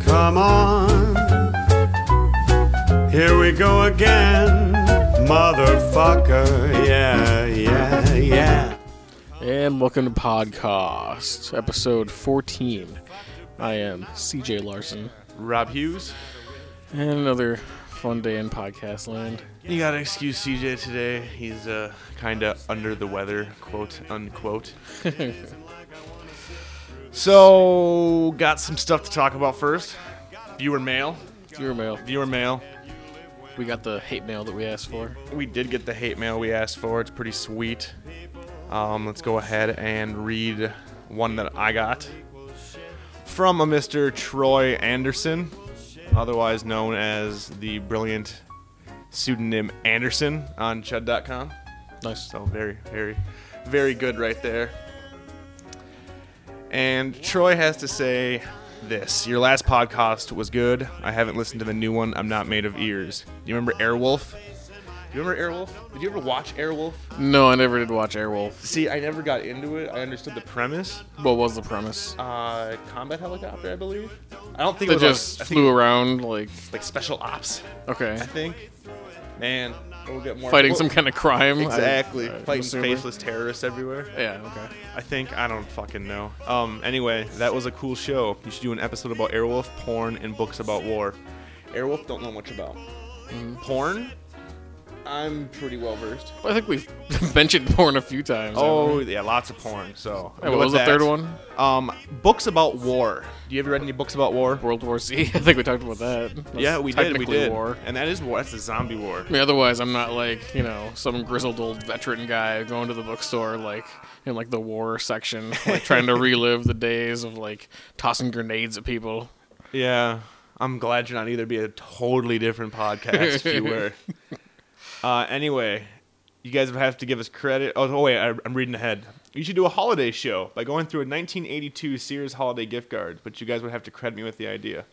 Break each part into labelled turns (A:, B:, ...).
A: come on. Here we go again, motherfucker. Yeah, yeah, yeah.
B: And welcome to podcast episode 14. I am CJ Larson,
C: Rob Hughes.
B: and another fun day in podcast land.
C: You gotta excuse CJ today. He's uh, kind of under the weather, quote unquote. so, got some stuff to talk about first. Viewer mail.
B: Viewer mail.
C: Viewer mail.
B: We got the hate mail that we asked for.
C: We did get the hate mail we asked for. It's pretty sweet. Um, let's go ahead and read one that I got from a Mr. Troy Anderson, otherwise known as the brilliant pseudonym Anderson on Chud.com.
B: Nice.
C: So very, very, very good right there. And Troy has to say this. Your last podcast was good. I haven't listened to the new one. I'm not made of ears. You remember Airwolf? You remember Airwolf? Did you ever watch Airwolf?
B: No, I never did watch Airwolf.
C: See, I never got into it. I understood the premise.
B: What was the premise?
C: Uh, combat helicopter, I believe. I don't think
B: They
C: it was
B: just
C: like, I think
B: flew around, like,
C: it's like special ops.
B: okay.
C: I think. Man, we'll get more
B: Fighting
C: we'll-
B: some kind of crime. I-
C: Exactly,
B: I'm
C: fighting
B: assuming.
C: faceless terrorists everywhere.
B: Yeah, okay.
C: I think I don't fucking know. Um. Anyway, that was a cool show. You should do an episode about Airwolf porn and books about war. Airwolf don't know much about
B: Mm.
C: porn. I'm pretty well versed.
B: I think we've mentioned porn a few times. haven't
C: Oh
B: we?
C: yeah, lots of porn. So
B: Hey,
C: go
B: what was
C: with
B: the third
C: that.
B: one?
C: Um, books about war. Do you ever read any books about war?
B: World War Z. I think we talked about that. That's
C: yeah, we did. We
B: technically
C: did.
B: War.
C: And that is war. That's a zombie war.
B: I mean, otherwise, I'm not like you know some grizzled old veteran guy going to the bookstore like in like the war section, like trying to relive the days of like tossing grenades at people.
C: Yeah, I'm glad you're not either. It'd Be a totally different podcast if you were. Uh, anyway, you guys have to give us credit. Oh, oh wait, I, I'm reading ahead. You should do a holiday show by going through a 1982 Sears holiday gift card, but you guys would have to credit me with the idea.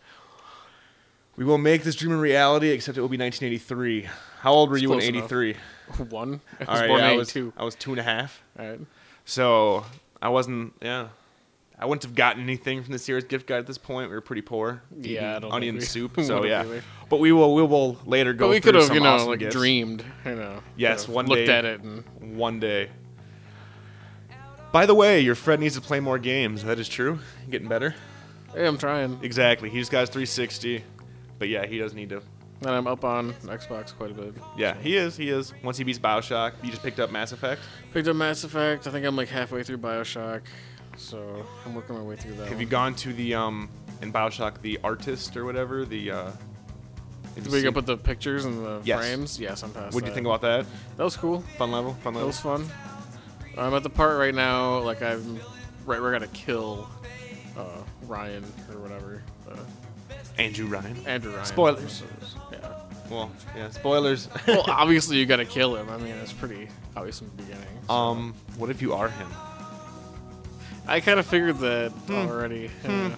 C: We will make this dream a reality, except it will be 1983. How old were you in
B: close enough.
C: '83?
B: One. I was
C: All right,
B: born
C: I
B: in
C: was
B: '82.
C: I was two and a half.
B: All right.
C: So I wasn't. Yeah, I wouldn't have gotten anything from the Sears gift guide at this point. We were pretty poor.
B: Yeah, I don't
C: onion
B: think we
C: soup.
B: would
C: So
B: have
C: yeah,
B: either.
C: but we will. We will later go.
B: But we
C: through
B: could have
C: some
B: you know
C: awesome
B: like
C: gifts
B: dreamed. You know.
C: Yes,
B: could have
C: one
B: looked
C: day.
B: at it and
C: one day. By the way, your Fred needs to play more games. That is true. Getting better.
B: hey, I'm trying.
C: Exactly. He just got his 360, but yeah, he does need to.
B: And I'm up on Xbox quite a bit.
C: Yeah, he is. He is. Once he beats Bioshock, you just picked up Mass Effect.
B: Picked up Mass Effect. I think I'm like halfway through Bioshock, so I'm working my way through that.
C: Have
B: one.
C: you gone to the um in Bioshock the artist or whatever the? uh have you
B: Did we
C: seen-
B: up with the pictures and the
C: Yes.
B: frames? Yes, I'm past.
C: What do you
B: that.
C: think about that?
B: That was cool.
C: Fun level, fun
B: That
C: level.
B: was fun. I'm at the part right now, like I'm right where I gotta kill uh, Ryan or whatever, uh,
C: Andrew Ryan.
B: Andrew Ryan.
C: Spoilers.
B: Yeah.
C: Well, yeah, spoilers.
B: Well, obviously you gotta kill him. I mean, it's pretty obvious from the beginning.
C: um, what if you are him?
B: I kind of figured that already. yeah.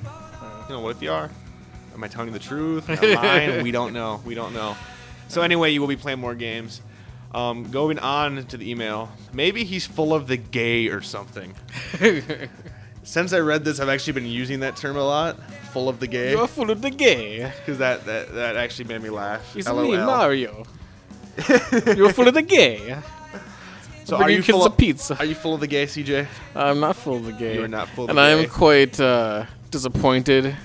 C: You know, what if you are? Am I telling you the truth? Am I lying? we don't know. We don't know. So anyway, you will be playing more games. Um, going on to the email, maybe he's full of the gay or something. Since I read this, I've actually been using that term a lot. Full of the gay,
B: You're full of the gay.
C: because that, that that actually made me laugh.
B: It's
C: LOL.
B: me, Mario. You're full of the gay.
C: So
B: Bring
C: are
B: your
C: you
B: kids
C: full
B: a
C: of,
B: pizza.
C: Are you full of the gay, CJ?
B: I'm not full of the gay.
C: You are not full of
B: and
C: the
B: I am
C: gay.
B: quite uh, disappointed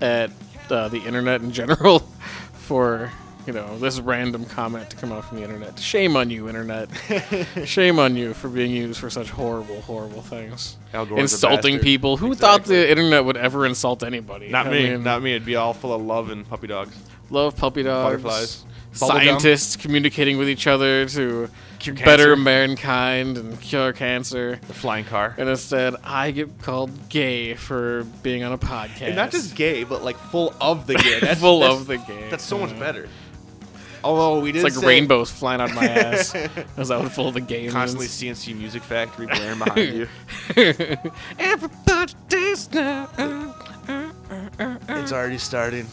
B: at uh, the internet in general for you know this random comment to come out from the internet. Shame on you, internet. Shame on you for being used for such horrible, horrible things.
C: Al Gore's a
B: Insulting
C: bastard.
B: people. Who thought the internet would ever insult anybody?
C: Not
B: I
C: me.
B: mean,
C: not me. It'd be all full of love and puppy dogs.
B: love puppy dogs.
C: Butterflies. Bubblegum.
B: Scientists communicating with each other to
C: Cure
B: better
C: cancer.
B: mankind and cure cancer.
C: The flying car.
B: And instead, I get called gay for being on a podcast.
C: And not just gay, but like full of the gay. That's,
B: Full
C: that's-
B: of the gay,
C: That's so much
B: yeah.
C: better. Although we did
B: It's like
C: say-
B: rainbows flying out my ass. As I would full of the gay.
C: Constantly CNC Music Factory blaring behind you.
B: Everybody dance now.
C: It's already started.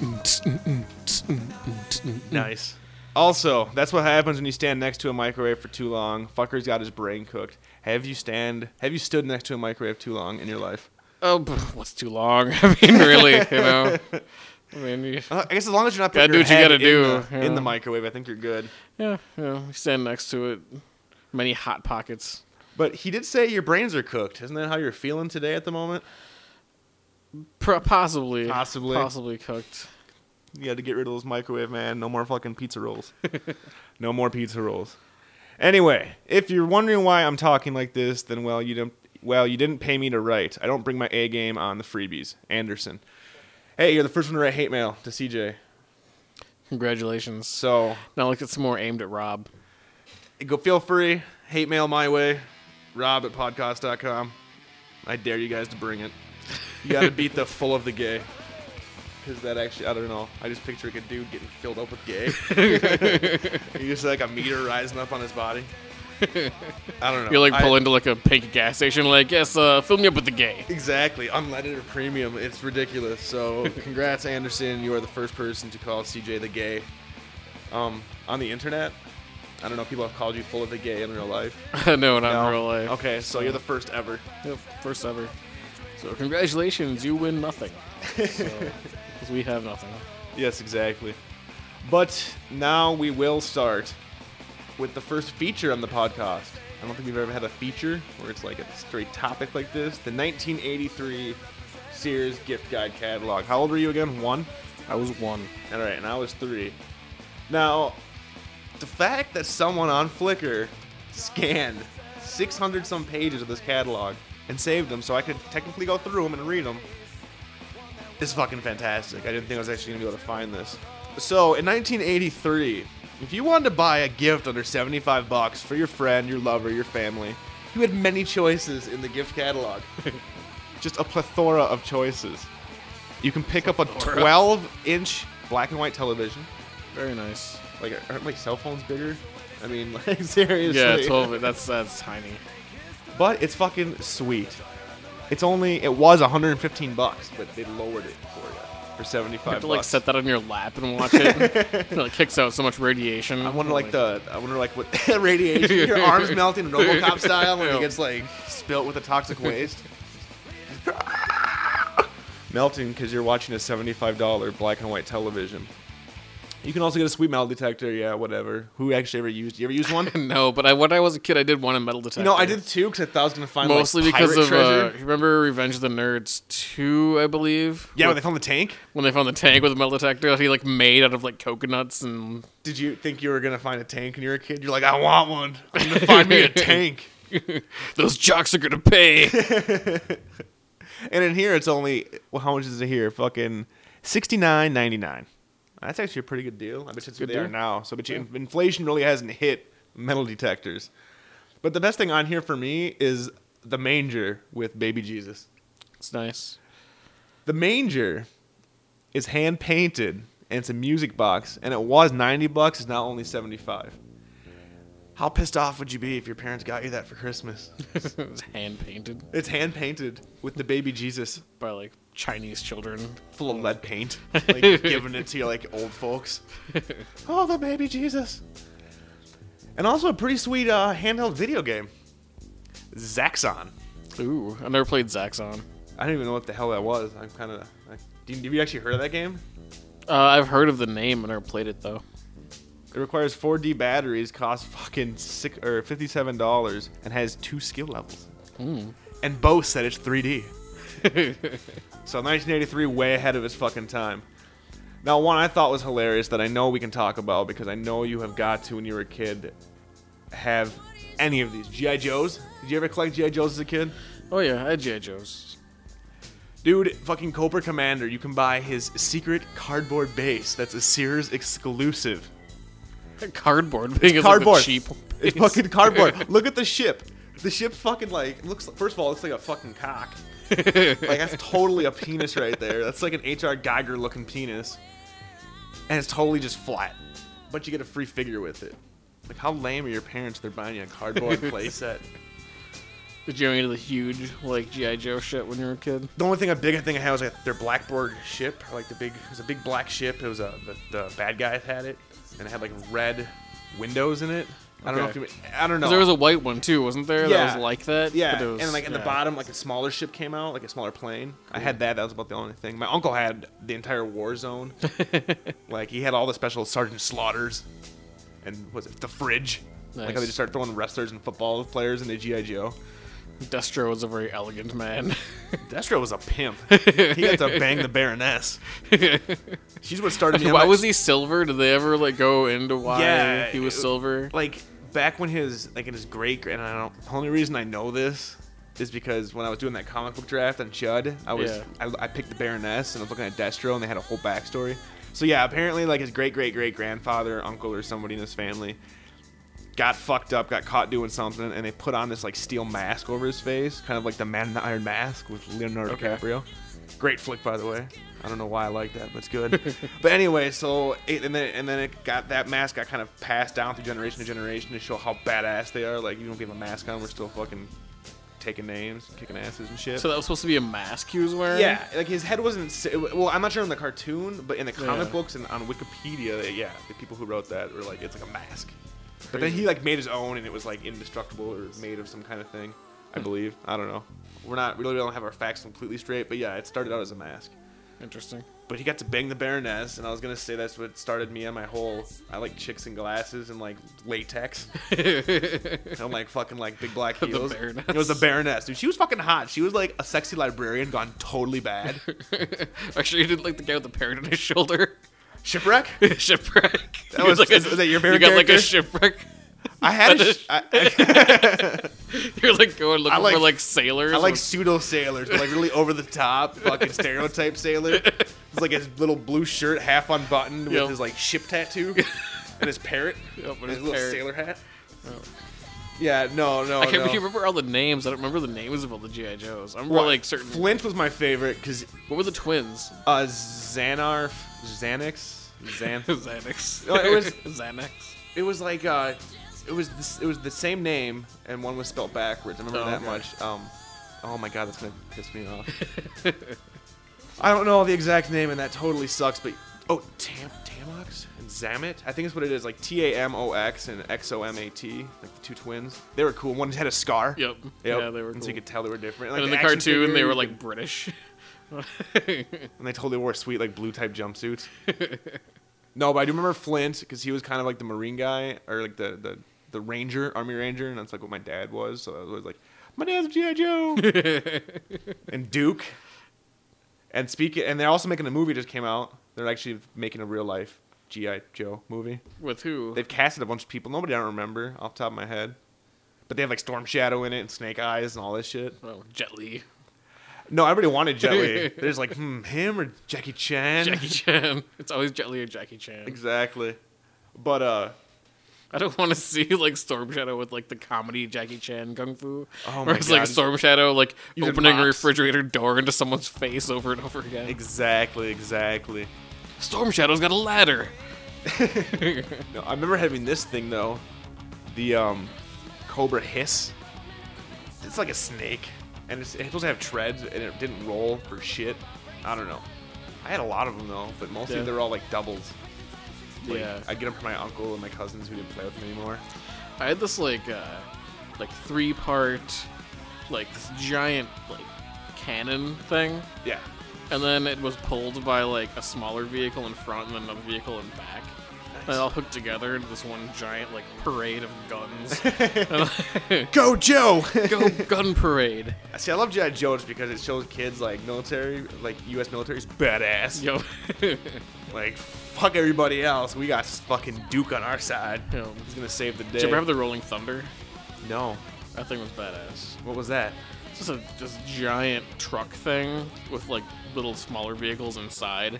C: nice. Also, that's what happens when you stand next to a microwave for too long. Fucker's got his brain cooked. Have you stand? Have you stood next to a microwave too long in your life?
B: Oh, pff, what's too long? I mean, really, you know. I mean, you,
C: Uh, I guess as long as you're not
B: Gotta
C: putting
B: do
C: your
B: what you
C: head
B: gotta
C: in,
B: do,
C: the,
B: yeah.
C: in the microwave, I think you're good.
B: yeah, you know, you stand next to it. Many hot pockets.
C: But he did say your brains are cooked. Isn't that how you're feeling today at the moment?
B: Pro- possibly,
C: Possibly.
B: possibly cooked.
C: You had to get rid of those microwave, man. No more fucking pizza rolls. no more pizza rolls. Anyway, if you're wondering why I'm talking like this, then well, you don't. Well, you didn't pay me to write. I don't bring my A game on the freebies. Anderson. Hey, you're the first one to write hate mail to CJ.
B: Congratulations.
C: So
B: Now look, it's more aimed at Rob.
C: go feel free. Hate mail my way. Rob at podcast.com. I dare you guys to bring it. You gotta beat the full of the gay. Cause that actually, I don't know. I just picture like a dude getting filled up with gay. you just like a meter rising up on his body. I don't know.
B: You're like
C: I-
B: pull into like a pink gas station. Like, yes, uh, fill me up with the gay.
C: Exactly, unleaded or premium. It's ridiculous. So, congrats, Anderson. You are the first person to call CJ the gay. Um, on the internet, I don't know if people have called you full of the gay in real life.
B: no, not
C: No.
B: in real life.
C: Okay, so you're the first ever.
B: Yep, first ever. So congratulations, you win nothing. Because we have nothing.
C: Yes, exactly. But now we will start with the first feature on the podcast. I don't think we've ever had a feature where it's like a straight topic like this. The 1983 Sears gift guide catalog. How old were you again? One?
B: I was one.
C: All right, and I was three. Now, the fact that someone on Flickr scanned 600 some pages of this catalog and saved them so I could technically go through them and read them is fucking fantastic. I didn't think I was actually gonna be able to find this. So, in 1983, if you wanted to buy a gift under 75 bucks for your friend, your lover, your family, you had many choices in the gift catalog. Just a plethora of choices. You can pick up a 12 inch black and white television.
B: Very nice.
C: Like, aren't like cell phones bigger? I mean, like, seriously.
B: Yeah, twelve. That's that's tiny.
C: But it's fucking sweet. It's only, it was 115 bucks, but they lowered it for you for 75
B: You have to like
C: bucks.
B: set that on your lap and watch it. it like, kicks out so much radiation.
C: I wonder like the I wonder like what radiation your arms melting RoboCop style when it gets like spilt with a toxic waste. melting because you're watching a seventy-five dollar black and white television. You can also get a sweet metal detector. Yeah, whatever. Who actually ever used? You ever used one?
B: No, but I when I was a kid, I did want a metal detector.
C: you know, I did too because I thought I was gonna find like,
B: Mostly because
C: pirate
B: of uh,
C: treasure.
B: you remember Revenge of the Nerds two, I believe.
C: yeah, when
B: With-
C: they found the tank.
B: when they found the tank with a metal detector that he like made out of like coconuts and
C: Did you think you were gonna find a tank when you were a kid? You're like, I want one. I'm gonna find me a tank.
B: those jocks are gonna pay.
C: And in here, it's only well, how much is it here? Fucking sixty nine ninety nine. That's actually a pretty good deal. I bet it's what
B: Good
C: they
B: deal.
C: are now. So, but you, inflation really hasn't hit metal detectors. But the best thing on here for me is the manger with baby Jesus.
B: it's nice.
C: The manger is hand painted and it's a music box, and it was ninety bucks. It's now only seventy five. How pissed off would you be if your parents got you that for Christmas?
B: it's hand painted
C: It's hand painted with the baby Jesus.
B: by like Chinese children.
C: full of lead paint, like giving it to your like old folks. Oh, the baby Jesus! And also a pretty sweet uh, handheld video game, Zaxxon.
B: Ooh, I never played Zaxxon.
C: I don't even know what the hell that was. I'm kind of. Did you actually heard of that game?
B: Uh, I've heard of the name, I never played it though.
C: It requires 4D batteries, costs fucking six or fifty-seven dollars, and has two skill levels. And boasts that it's 3D. so 1983, way ahead of its fucking time. Now, one I thought was hilarious that I know we can talk about because I know you have got to when you were a kid have any of these GI Joes. Did you ever collect GI Joes as a kid?
B: Oh yeah, I had G.I. Joe's.
C: Dude, fucking Cobra Commander, you can buy his secret cardboard base that's a Sears exclusive.
B: Cardboard being is, like, the
C: cardboard.
B: cheap.
C: It's
B: piece.
C: fucking cardboard. Look at the ship. The ship fucking like looks. First of all, it looks like a fucking cock. like that's totally a penis right there. That's like an HR Geiger looking penis, and it's totally just flat. But you get a free figure with it. Like how lame are your parents? They're buying you a cardboard playset.
B: Did you into the huge like G.I. Joe shit when you were a kid?
C: The only thing a big thing I had was like their blackboard ship, like the big it was uh, a big black ship. It was a the, the bad guys had it, and it had like red windows in it. I don't know if
B: Okay.
C: you. I don't know.
B: 'Cause There was a white one too, wasn't there? That
C: Yeah.
B: was like that.
C: Yeah,
B: but it was-
C: and like at
B: yeah.
C: the bottom, like a smaller ship came out, like a smaller plane. I had that. That was about the only thing. My uncle had the entire war zone. like he had all the special Sergeant Slaughters, and was it the fridge? Like how they
B: Nice.
C: just start throwing wrestlers and football players into GI Joe.
B: Destro was a very elegant man.
C: Destro was a pimp. he had to bang the Baroness. She's what started me. on
B: why
C: my-
B: was he silver? Did they ever like go into why
C: Yeah,
B: he was
C: it-
B: silver?
C: like back when his like in his great and I don't the only reason I know this is because when I was doing that comic book draft on Chud, I was
B: Yeah.
C: I, I picked the Baroness and I was looking at Destro and they had a whole backstory. So yeah, apparently like his great great great grandfather, uncle or somebody in his family got fucked up, got caught doing something, and they put on this like steel mask over his face, kind of like the Man in the Iron Mask with Leonardo
B: Okay.
C: DiCaprio. Great flick, by the way. I don't know why I like that, but it's good. but anyway, so it, and then and then it got that mask got kind of passed down through generation to generation to show how badass they are. Like you don't give a mask on, we're still fucking taking names, kicking asses and shit.
B: So that was supposed to be a mask he was wearing.
C: yeah, like his head wasn't. s- Well, I'm not sure in the cartoon, but in the comic
B: Yeah.
C: books and on Wikipedia, yeah, the people who wrote that were like, it's like a mask. But then he like made his own, and it was like indestructible or made of some kind of thing, I
B: Hmm.
C: believe. I don't know. We're not we really don't have our facts completely straight, but yeah, it started out as a mask.
B: Interesting.
C: But he got to bang the Baroness, and I was gonna say that's what started me on my whole. I like chicks and glasses and like latex. I'm like fucking like big black
B: The
C: heels.
B: Baroness.
C: It was the Baroness, dude. She was fucking hot. She was like a sexy librarian gone totally bad.
B: Actually, you didn't like the guy with the parrot on his shoulder.
C: Shipwreck.
B: shipwreck. That
C: was- is- was that your favorite
B: You got like a
C: character?
B: shipwreck.
C: I had a sh- I, I,
B: You're like going looking
C: like-
B: for like sailors.
C: I like
B: with-
C: pseudo sailors, but like really over the top, fucking stereotype sailor. It's like his little blue shirt, half unbuttoned, with
B: Yep.
C: his like ship tattoo and his parrot,
B: Yep, and
C: and
B: his
C: his little
B: parrot.
C: sailor hat. Yeah, no, no,
B: I can't
C: no.
B: remember all the names. I don't remember the names of all the GI Joes. I remember
C: What?
B: like certain.
C: Flint was my favorite because
B: what were the twins?
C: uh, Xanarf, Xanax, Xan.
B: Xanax.
C: No, Oh, it was-
B: Xanax.
C: it was like uh, it was this, it was the same name and one was spelled backwards. I remember
B: Oh,
C: that
B: okay.
C: much. Um, oh my god, that's gonna piss me off. I don't know the exact name, and that totally sucks. But oh, Tam Tamox and Zamet, I think is what it is. Like T A M O X and X O M A T, like the two twins. They were cool. One had a scar.
B: Yep.
C: Yep.
B: Yeah, they were.
C: And
B: Cool.
C: so you could tell they were different. Like
B: and in
C: the
B: the
C: action
B: cartoon, they
C: figure,
B: were
C: you
B: like British.
C: and they totally wore sweet like blue type jumpsuits. no, but I do remember Flint because he was kind of like the Marine guy or like the the, the Ranger, Army Ranger, and that's like what my dad was. So I was always like, my dad's a GI Joe and Duke. And speak and they're also making a movie just came out. They're actually making a real life GI Joe movie.
B: With who?
C: They've casted a bunch of people. Nobody I don't remember off the top of my head. But they have like Storm Shadow in it and Snake Eyes and all this shit.
B: oh, Jet Li,
C: No, everybody wanted Jet Li. There's like, hmm, him or Jackie Chan.
B: Jackie Chan. It's always Jet Li or Jackie Chan.
C: Exactly. But uh
B: I don't want to see like Storm Shadow with like the comedy Jackie Chan kung fu.
C: Oh
B: Where
C: my
B: it's like
C: God.
B: Storm Shadow like
C: Using
B: opening a
C: mops.
B: refrigerator door into someone's face over and over again.
C: exactly, exactly.
B: Storm Shadow's got a ladder.
C: No, I remember having this thing though, the um Cobra hiss. It's like a snake and it's, it's supposed to have treads and it didn't roll for shit. I don't know. I had a lot of them though, but mostly
B: Yeah.
C: they're all like doubles. Like,
B: yeah,
C: I'd get them from my uncle and my cousins who didn't play with me anymore.
B: I had this like uh like three part like this giant like cannon thing.
C: Yeah.
B: And then it was pulled by like a smaller vehicle in front and then another vehicle in back. And all hooked together into this one giant like parade of guns. And-
C: Go Joe!
B: Go gun parade.
C: See, I love G.I. Joe just because it shows kids like military, like U.S. military is badass.
B: Yo.
C: Like, fuck everybody else. We got fucking Duke on our side.
B: Yeah.
C: He's gonna save the day.
B: Did you ever have the Rolling Thunder?
C: no.
B: That thing was badass.
C: What was that?
B: It's just a this giant truck thing with like little smaller vehicles inside,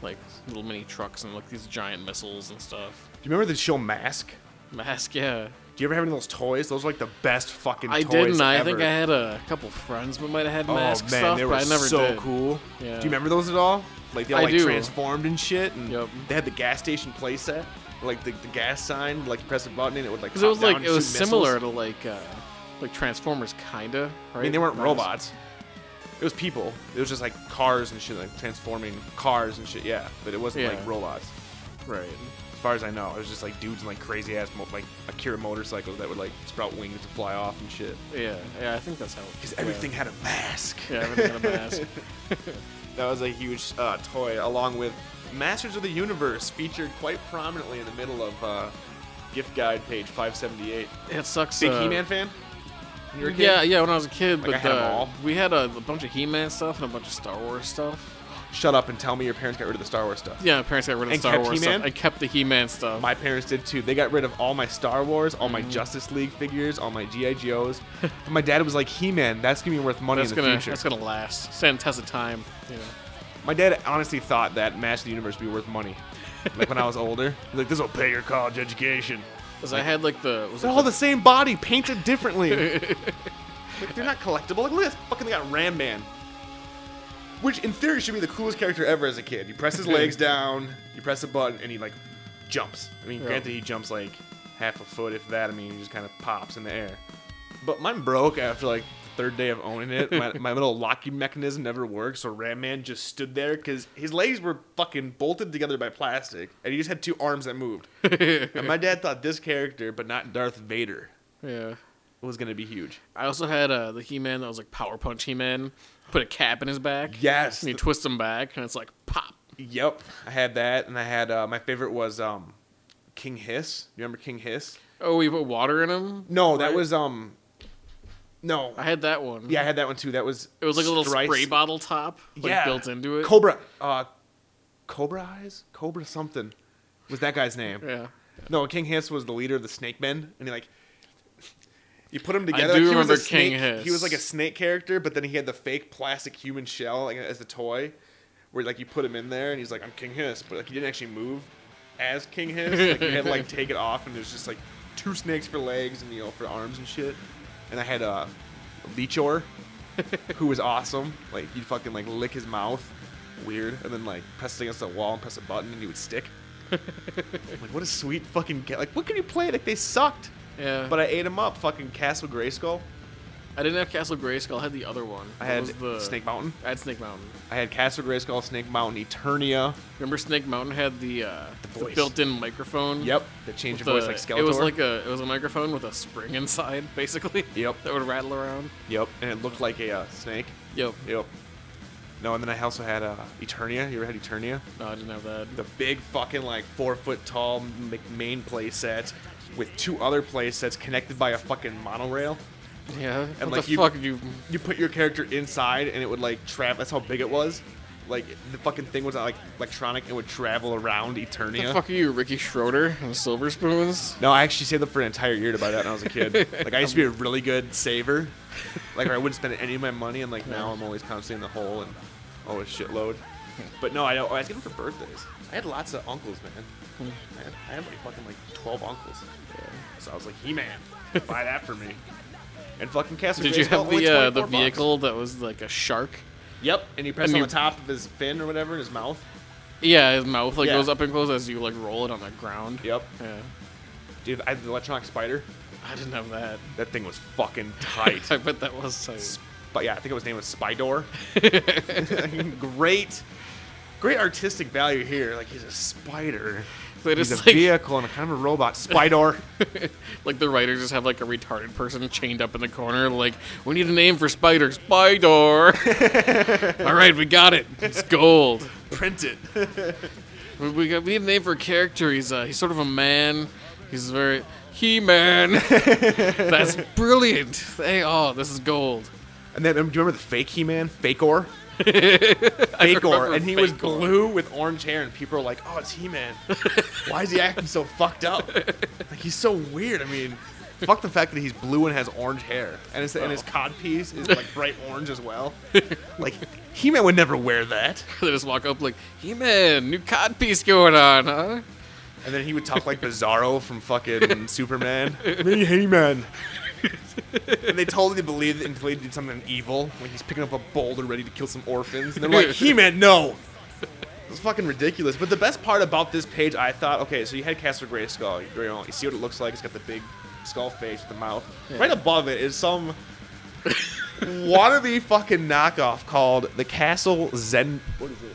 B: like little mini trucks and like these giant missiles and stuff.
C: Do you remember the show Mask? Do
B: Mask, yeah.
C: you ever have any of those toys? Those are like the best fucking
B: I
C: toys
B: didn't. I
C: ever.
B: think I had a couple friends who might have had
C: Oh
B: mask
C: man,
B: stuff,
C: they were
B: but I never
C: so
B: did.
C: cool.
B: Yeah.
C: Do you remember those at all? Like they all
B: I
C: like
B: do.
C: transformed and shit. And
B: Yep.
C: They had the gas station playset, like the, the gas sign. Like you press a button and it would like.
B: Because it
C: pop
B: was
C: down
B: like
C: and
B: it was
C: shoot missiles.
B: similar to like uh, like Transformers, kinda. Right?
C: I mean, they weren't
B: Mask.
C: robots. It was people. It was just like cars and shit, like transforming cars and shit. Yeah, but it wasn't
B: Yeah.
C: like robots.
B: Right.
C: It's far as I know, it was just like dudes in like crazy ass mo- like Akira motorcycles that would like sprout wings and fly off and shit.
B: Yeah, yeah, I think that's how.
C: Because
B: yeah.
C: everything had a mask.
B: Yeah, everything had a mask.
C: That was a huge uh, toy, along with Masters of the Universe, featured quite prominently in the middle of uh, gift guide page 578.
B: It sucks.
C: Big
B: uh,
C: He-Man fan? When you were a kid?
B: Yeah, yeah. When I was a kid,
C: Like,
B: but
C: I had 'em
B: uh,
C: all.
B: we had a, a bunch of He-Man stuff and a bunch of Star Wars stuff.
C: Shut up and tell me your parents got rid of the Star Wars stuff.
B: Yeah, my parents got rid of the
C: And
B: Star
C: kept
B: Wars
C: He-Man?
B: stuff. I kept the He-Man stuff.
C: My parents did too. They got rid of all my Star Wars, all
B: Mm-hmm.
C: my Justice League figures, all my GI Joes. and my dad was like, "He-Man, that's gonna be worth money
B: that's
C: in the
B: gonna
C: future."
B: that's gonna last. Stand the test of time. You know.
C: My dad honestly thought that Master of the Universe would be worth money. Like when I was older, He's like this will pay your college education.
B: Cause I had like the was it
C: They're all the same body, painted differently. Like, they're not collectible. Like, look at this. Fucking they got Ram Man. Which, in theory, should be the coolest character ever as a kid. You press his legs down, you press a button, and he, like, jumps. I mean,
B: Yeah.
C: granted, he jumps, like, half a foot, if that. I mean, he just kind of pops in the air. But mine broke after, like, the third day of owning it. My, my little locking mechanism never worked, so Ram Man just stood there because his legs were fucking bolted together by plastic, and he just had two arms that moved. and my dad thought this character, but not Darth Vader,
B: yeah.
C: was going to be huge.
B: I also had uh, the He-Man that was like Power Punch He-Man. Put a cap in his back.
C: Yes.
B: And you twist him back, and it's like pop.
C: Yep, I had that, and I had uh, my favorite was um, King Hiss. You remember King Hiss?
B: Oh, you put water in him.
C: No, that
B: Right.
C: was um, no,
B: I had that one.
C: yeah, I had that one too. That was
B: It was like a little
C: Strice-
B: spray bottle top, like built into it.
C: Cobra, uh, Cobra Eyes, Cobra something was that guy's name.
B: Yeah.
C: No, King Hiss was the leader of the Snake Men, and he like. You put him
B: I
C: together.
B: do
C: like, he
B: remember
C: was a snake,
B: King Hiss.
C: He was like a snake character, but then he had the fake plastic human shell like, as the toy, where like you put him in there, and he's like, "I'm King Hiss," but like he didn't actually move as King Hiss. Like, you had to, like take it off, and there's just like two snakes for legs and you know for arms and shit. And I had uh, Leechor, who was awesome. Like you'd fucking like lick his mouth, weird, and then like press against the wall and press a button, and he would stick. like what a sweet fucking ga- like what can you play? Like they sucked.
B: Yeah.
C: But I ate him up. Fucking Castle Grayskull.
B: I didn't have Castle Grayskull. I had the other one.
C: I
B: What
C: had
B: was the...
C: Snake Mountain.
B: I had Snake Mountain.
C: I had Castle Grayskull, Snake Mountain, Eternia.
B: Remember Snake Mountain had the, uh, the,
C: voice.
B: built-in microphone.
C: Yep. That changed
B: with
C: your voice
B: the-
C: like Skeletor.
B: It was like a it was a microphone with a spring inside, basically.
C: Yep.
B: That would rattle around.
C: Yep. And it looked like a uh, snake.
B: Yep.
C: Yep. No, and then I also had uh, Eternia. You ever had Eternia?
B: No, I didn't have that.
C: The big fucking like four foot tall m- main play set with two other play sets connected by a fucking monorail.
B: Yeah. what
C: like,
B: the
C: you-
B: fuck you?
C: You put your character inside and it would like travel. That's how big it was. Like the fucking thing was like electronic. It would travel around Eternia.
B: The fuck are you, Ricky Schroeder and Silver Spoons?
C: No, I actually saved up for an entire year to buy that when I was a kid. like I used to be a really good saver. Like I wouldn't spend any of my money, and like now I'm always constantly in the hole and always shitload. But no, I don't. I was getting them for birthdays. I had lots of uncles,
B: Hmm.
C: man. I had, I had like fucking like twelve uncles. So I was like, He-Man, buy that for me. And fucking Castle.
B: Did you
C: Grayskull,
B: have
C: only
B: the uh,
C: 24
B: the
C: bucks.
B: vehicle that was like a shark?
C: Yep. And you press
B: And
C: on
B: you-
C: the top of his fin or whatever in his mouth.
B: Yeah, his mouth like
C: Yeah.
B: goes up and goes as you like roll it on the ground.
C: Yep.
B: Yeah.
C: Dude, I had the electronic spider.
B: I didn't have that.
C: That thing was fucking tight.
B: I bet that was tight.
C: but yeah, I think it was named was Spydor. great, great artistic value here. Like he's a spider.
B: They
C: He's
B: just
C: a
B: like
C: vehicle and a kind of a robot. Spydor.
B: like the writers just have like a retarded person chained up in the corner. Like we need a name for Spider. Spider. All right, we got it. It's gold.
C: Print it.
B: We, we, got, we need a name for a character. He's uh, he's sort of a man. He's very he man. That's brilliant. Hey, oh, this is gold.
C: And then um, do you remember the fake He-Man? Fakeor.
B: remember
C: Fakeor, and he was
B: Fakeor.
C: blue with orange hair, and people were like, "Oh, it's He-Man. Why is he acting so fucked up? Like he's so weird. I mean." Fuck the fact that he's blue and has orange hair, and his, and his
B: Oh.
C: codpiece is like bright orange as well. Like, He-Man would never wear that.
B: They just walk up like he man. New codpiece going on, huh?
C: And then he would talk like Bizarro from fucking Superman. Me, hey man. and they totally believed it until he did something evil, when he's picking up a boulder ready to kill some orphans. And they're like, He Man, no! It's fucking ridiculous. But the best part about this page, I thought, okay, so you had Castle Grayskull. You, know, you see what it looks like. It's got the big skull face with the mouth. Right above it is some wannabe fucking knockoff called the Castle Zen. What is it?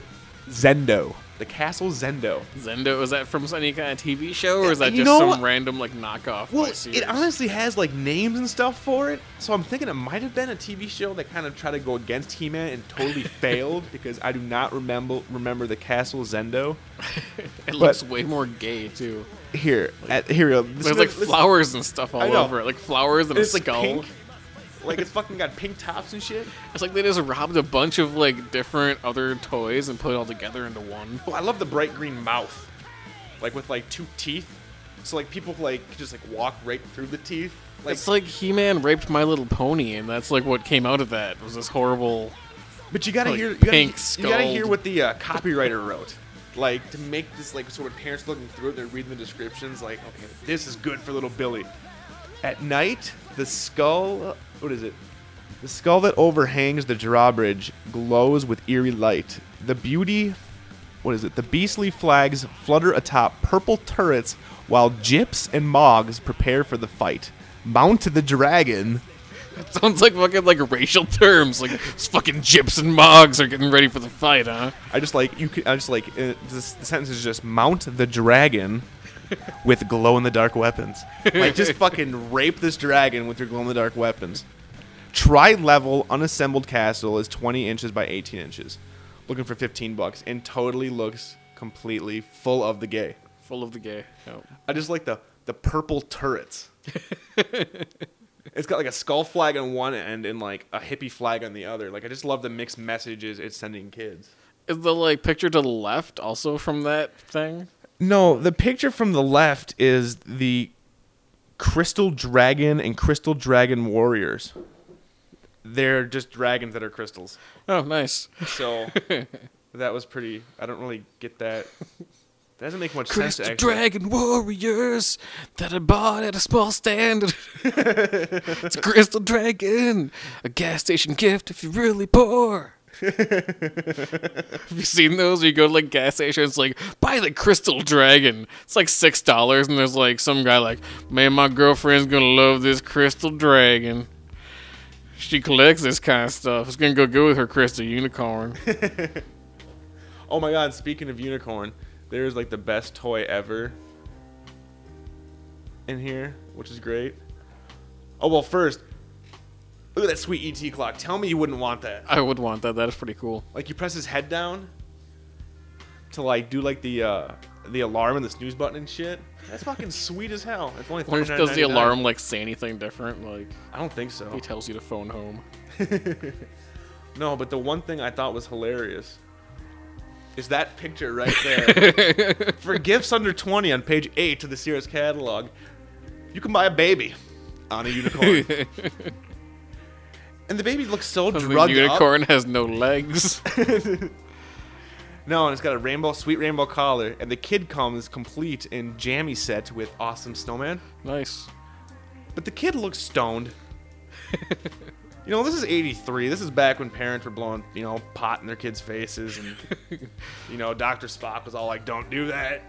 C: Zendo. The Castle Zendo.
B: Zendo is that from any kind of TV show or is that
C: You
B: just
C: know
B: some
C: what?
B: random like knockoff?
C: Well,
B: by Sears?
C: it honestly has like names and stuff for it, so I'm thinking it might have been a TV show that kind of tried to go against He-Man and totally failed because I do not remember remember the Castle Zendo.
B: It looks way more gay too.
C: Here, at, here, uh, this
B: There's
C: is-
B: like
C: this-
B: flowers and stuff all
C: I know.
B: over it, like flowers and
C: It's
B: a
C: like
B: skull.
C: pink. Like it's fucking got pink tops and shit.
B: It's like they just robbed a bunch of like different other toys and put it all together into one.
C: Oh, I love the bright green mouth, like with like two teeth. So like people like could just like walk right through the teeth. Like,
B: It's like He-Man raped My Little Pony, and that's like what came out of that was this horrible.
C: but you gotta
B: like
C: hear, you gotta,
B: pink
C: you gotta hear
B: skulled.
C: what the uh, copywriter wrote. Like to make this like so when parents looking through it, they're reading the descriptions. Like, okay, this is good for little Billy. At night, the skull. What is it? The skull that overhangs the drawbridge glows with eerie light. The beauty. What is it? The beastly flags flutter atop purple turrets while Gyps and Mogs prepare for the fight. Mount the dragon.
B: It sounds like fucking like racial terms, like it's fucking gyps and mogs are getting ready for the fight, huh?
C: I just like you. Could, I just like uh, this, the sentence is just mount the dragon with glow in the dark weapons. Like just fucking rape this dragon with your glow in the dark weapons. Tri level unassembled castle is 20 inches by 18 inches. Looking for 15 bucks and totally looks completely full of the gay.
B: Full of the gay. Oh.
C: I just like the the purple turrets. it's got like a skull flag on one end and like a hippie flag on the other. Like I just love the mixed messages it's sending kids.
B: Is the like picture to the left also from that thing?
C: No, the picture from the left is the Crystal Dragon and Crystal Dragon Warriors. They're just dragons that are crystals.
B: Oh, nice.
C: So that was pretty. I don't really get that. That doesn't make much
B: Crest
C: sense.
B: of
C: Actually.
B: Dragon Warriors that I bought at a small stand. it's a Crystal Dragon, a gas station gift if you're really poor. Have you seen those? Where you go to like gas stations, it's like buy the Crystal Dragon. It's like six dollars, and there's like some guy like, man, my girlfriend's gonna love this Crystal Dragon. She collects this kind of stuff. It's gonna go good with her Crystal Unicorn.
C: oh my god! Speaking of unicorn, there's like the best toy ever in here, which is great. Oh well, first, look at that sweet ET clock. Tell me you wouldn't want that.
B: I would want that. That is pretty cool.
C: like you press his head down to like do like the uh the alarm and the snooze button and shit. That's fucking sweet as hell. It's only
B: I wonder if
C: $39.99.
B: does the alarm like say anything different? Like
C: I don't think so.
B: he tells you to phone home.
C: No, but the one thing I thought was hilarious is that picture right there. For gifts under twenty on page eight of the Sears catalog, you can buy a baby on a unicorn. and the baby looks so
B: the
C: drugged up.
B: unicorn has no legs.
C: No, and it's got a rainbow, sweet rainbow collar, and the kid comes complete in jammy set with awesome snowman.
B: nice.
C: But the kid looks stoned. you know, this is '83. This is back when parents were blowing, you know, pot in their kids' faces, and you know, Doctor Spock was all like, "Don't do that."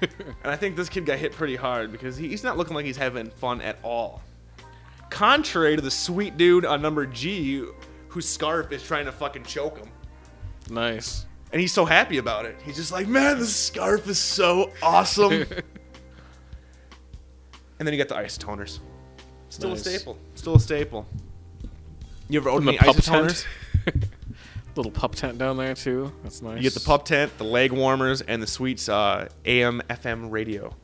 C: and I think this kid got hit pretty hard because he, he's not looking like he's having fun at all. Contrary to the sweet dude on number G, whose scarf is trying to fucking choke him.
B: Nice.
C: And he's so happy about it. He's just like, man, this scarf is so awesome. and then you got the isotoners. Still
B: Nice.
C: a staple. Still a staple. You ever open
B: And the
C: the
B: pup
C: isotoners?
B: tent. Little pup tent down there too. That's nice.
C: You get the pup tent, the leg warmers, and the sweets uh, AM, FM radio.
B: Do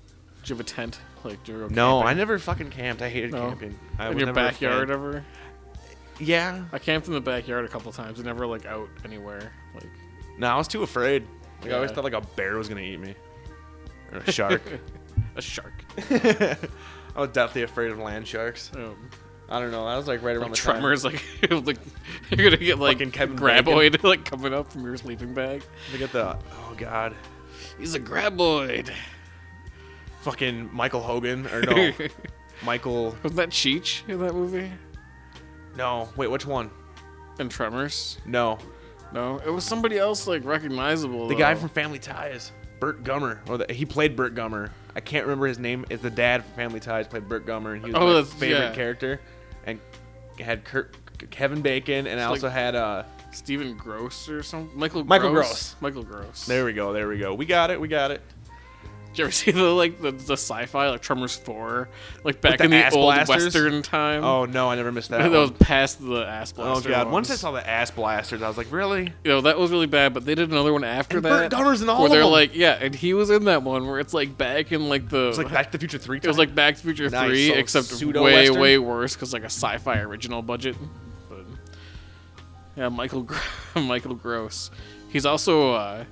B: you have a tent? Like do you go
C: No, I
B: camping?
C: never fucking camped. I hated
B: No.
C: camping. I
B: in
C: was
B: your
C: never a
B: backyard
C: fan.
B: ever?
C: Yeah.
B: I camped in the backyard a couple times. I never like out anywhere. Like
C: No, I was too afraid. Like, I always
B: Yeah.
C: thought like a bear was gonna eat me. Or a shark.
B: a shark.
C: I was definitely afraid of land sharks.
B: Um,
C: I don't know. I was like right around
B: like
C: the time.
B: tremors, like, like you're gonna get like
C: Fucking Kevin
B: graboid like coming up from your sleeping bag.
C: They get the oh god,
B: He's a graboid.
C: fucking Michael Hogan or no, Michael
B: Wasn't that Cheech in that movie?
C: no wait which one?
B: In Tremors?
C: No,
B: No, it was somebody else like recognizable.
C: the guy
B: though.
C: from Family Ties, Burt Gummer, or the, he played Burt Gummer. I can't remember his name. It's the dad from Family Ties played Burt Gummer, and he was
B: Oh,
C: my
B: that's-
C: favorite
B: yeah.
C: character. And had Kurt, Kevin Bacon, and I
B: like-
C: also had uh
B: Stephen Gross or something. Michael
C: Michael
B: Gross. Michael Gross.
C: There we go. There we go. We got it. We got it.
B: Did you ever see the like the, the sci-fi like Tremors Four, like back
C: the
B: in the
C: ass
B: old
C: blasters?
B: Western time?
C: Oh no, I never missed that.
B: that
C: one.
B: was past the ass
C: Oh
B: blaster.
C: god!
B: ones.
C: Once I saw the ass blasters, I was like, really?
B: you know, that was really bad. But they did another one after
C: And
B: that.
C: Burt Gunner's in all
B: where
C: of
B: they're
C: them.
B: like, yeah, and he was in that one where it's like back in like the
C: It's like Back to the Future three.
B: it was like Back to the Future
C: Nice,
B: Three,
C: so
B: except way
C: pseudo-Western?
B: way worse because like a sci-fi original budget. But yeah, Michael Gr- Michael Gross, he's also. Uh,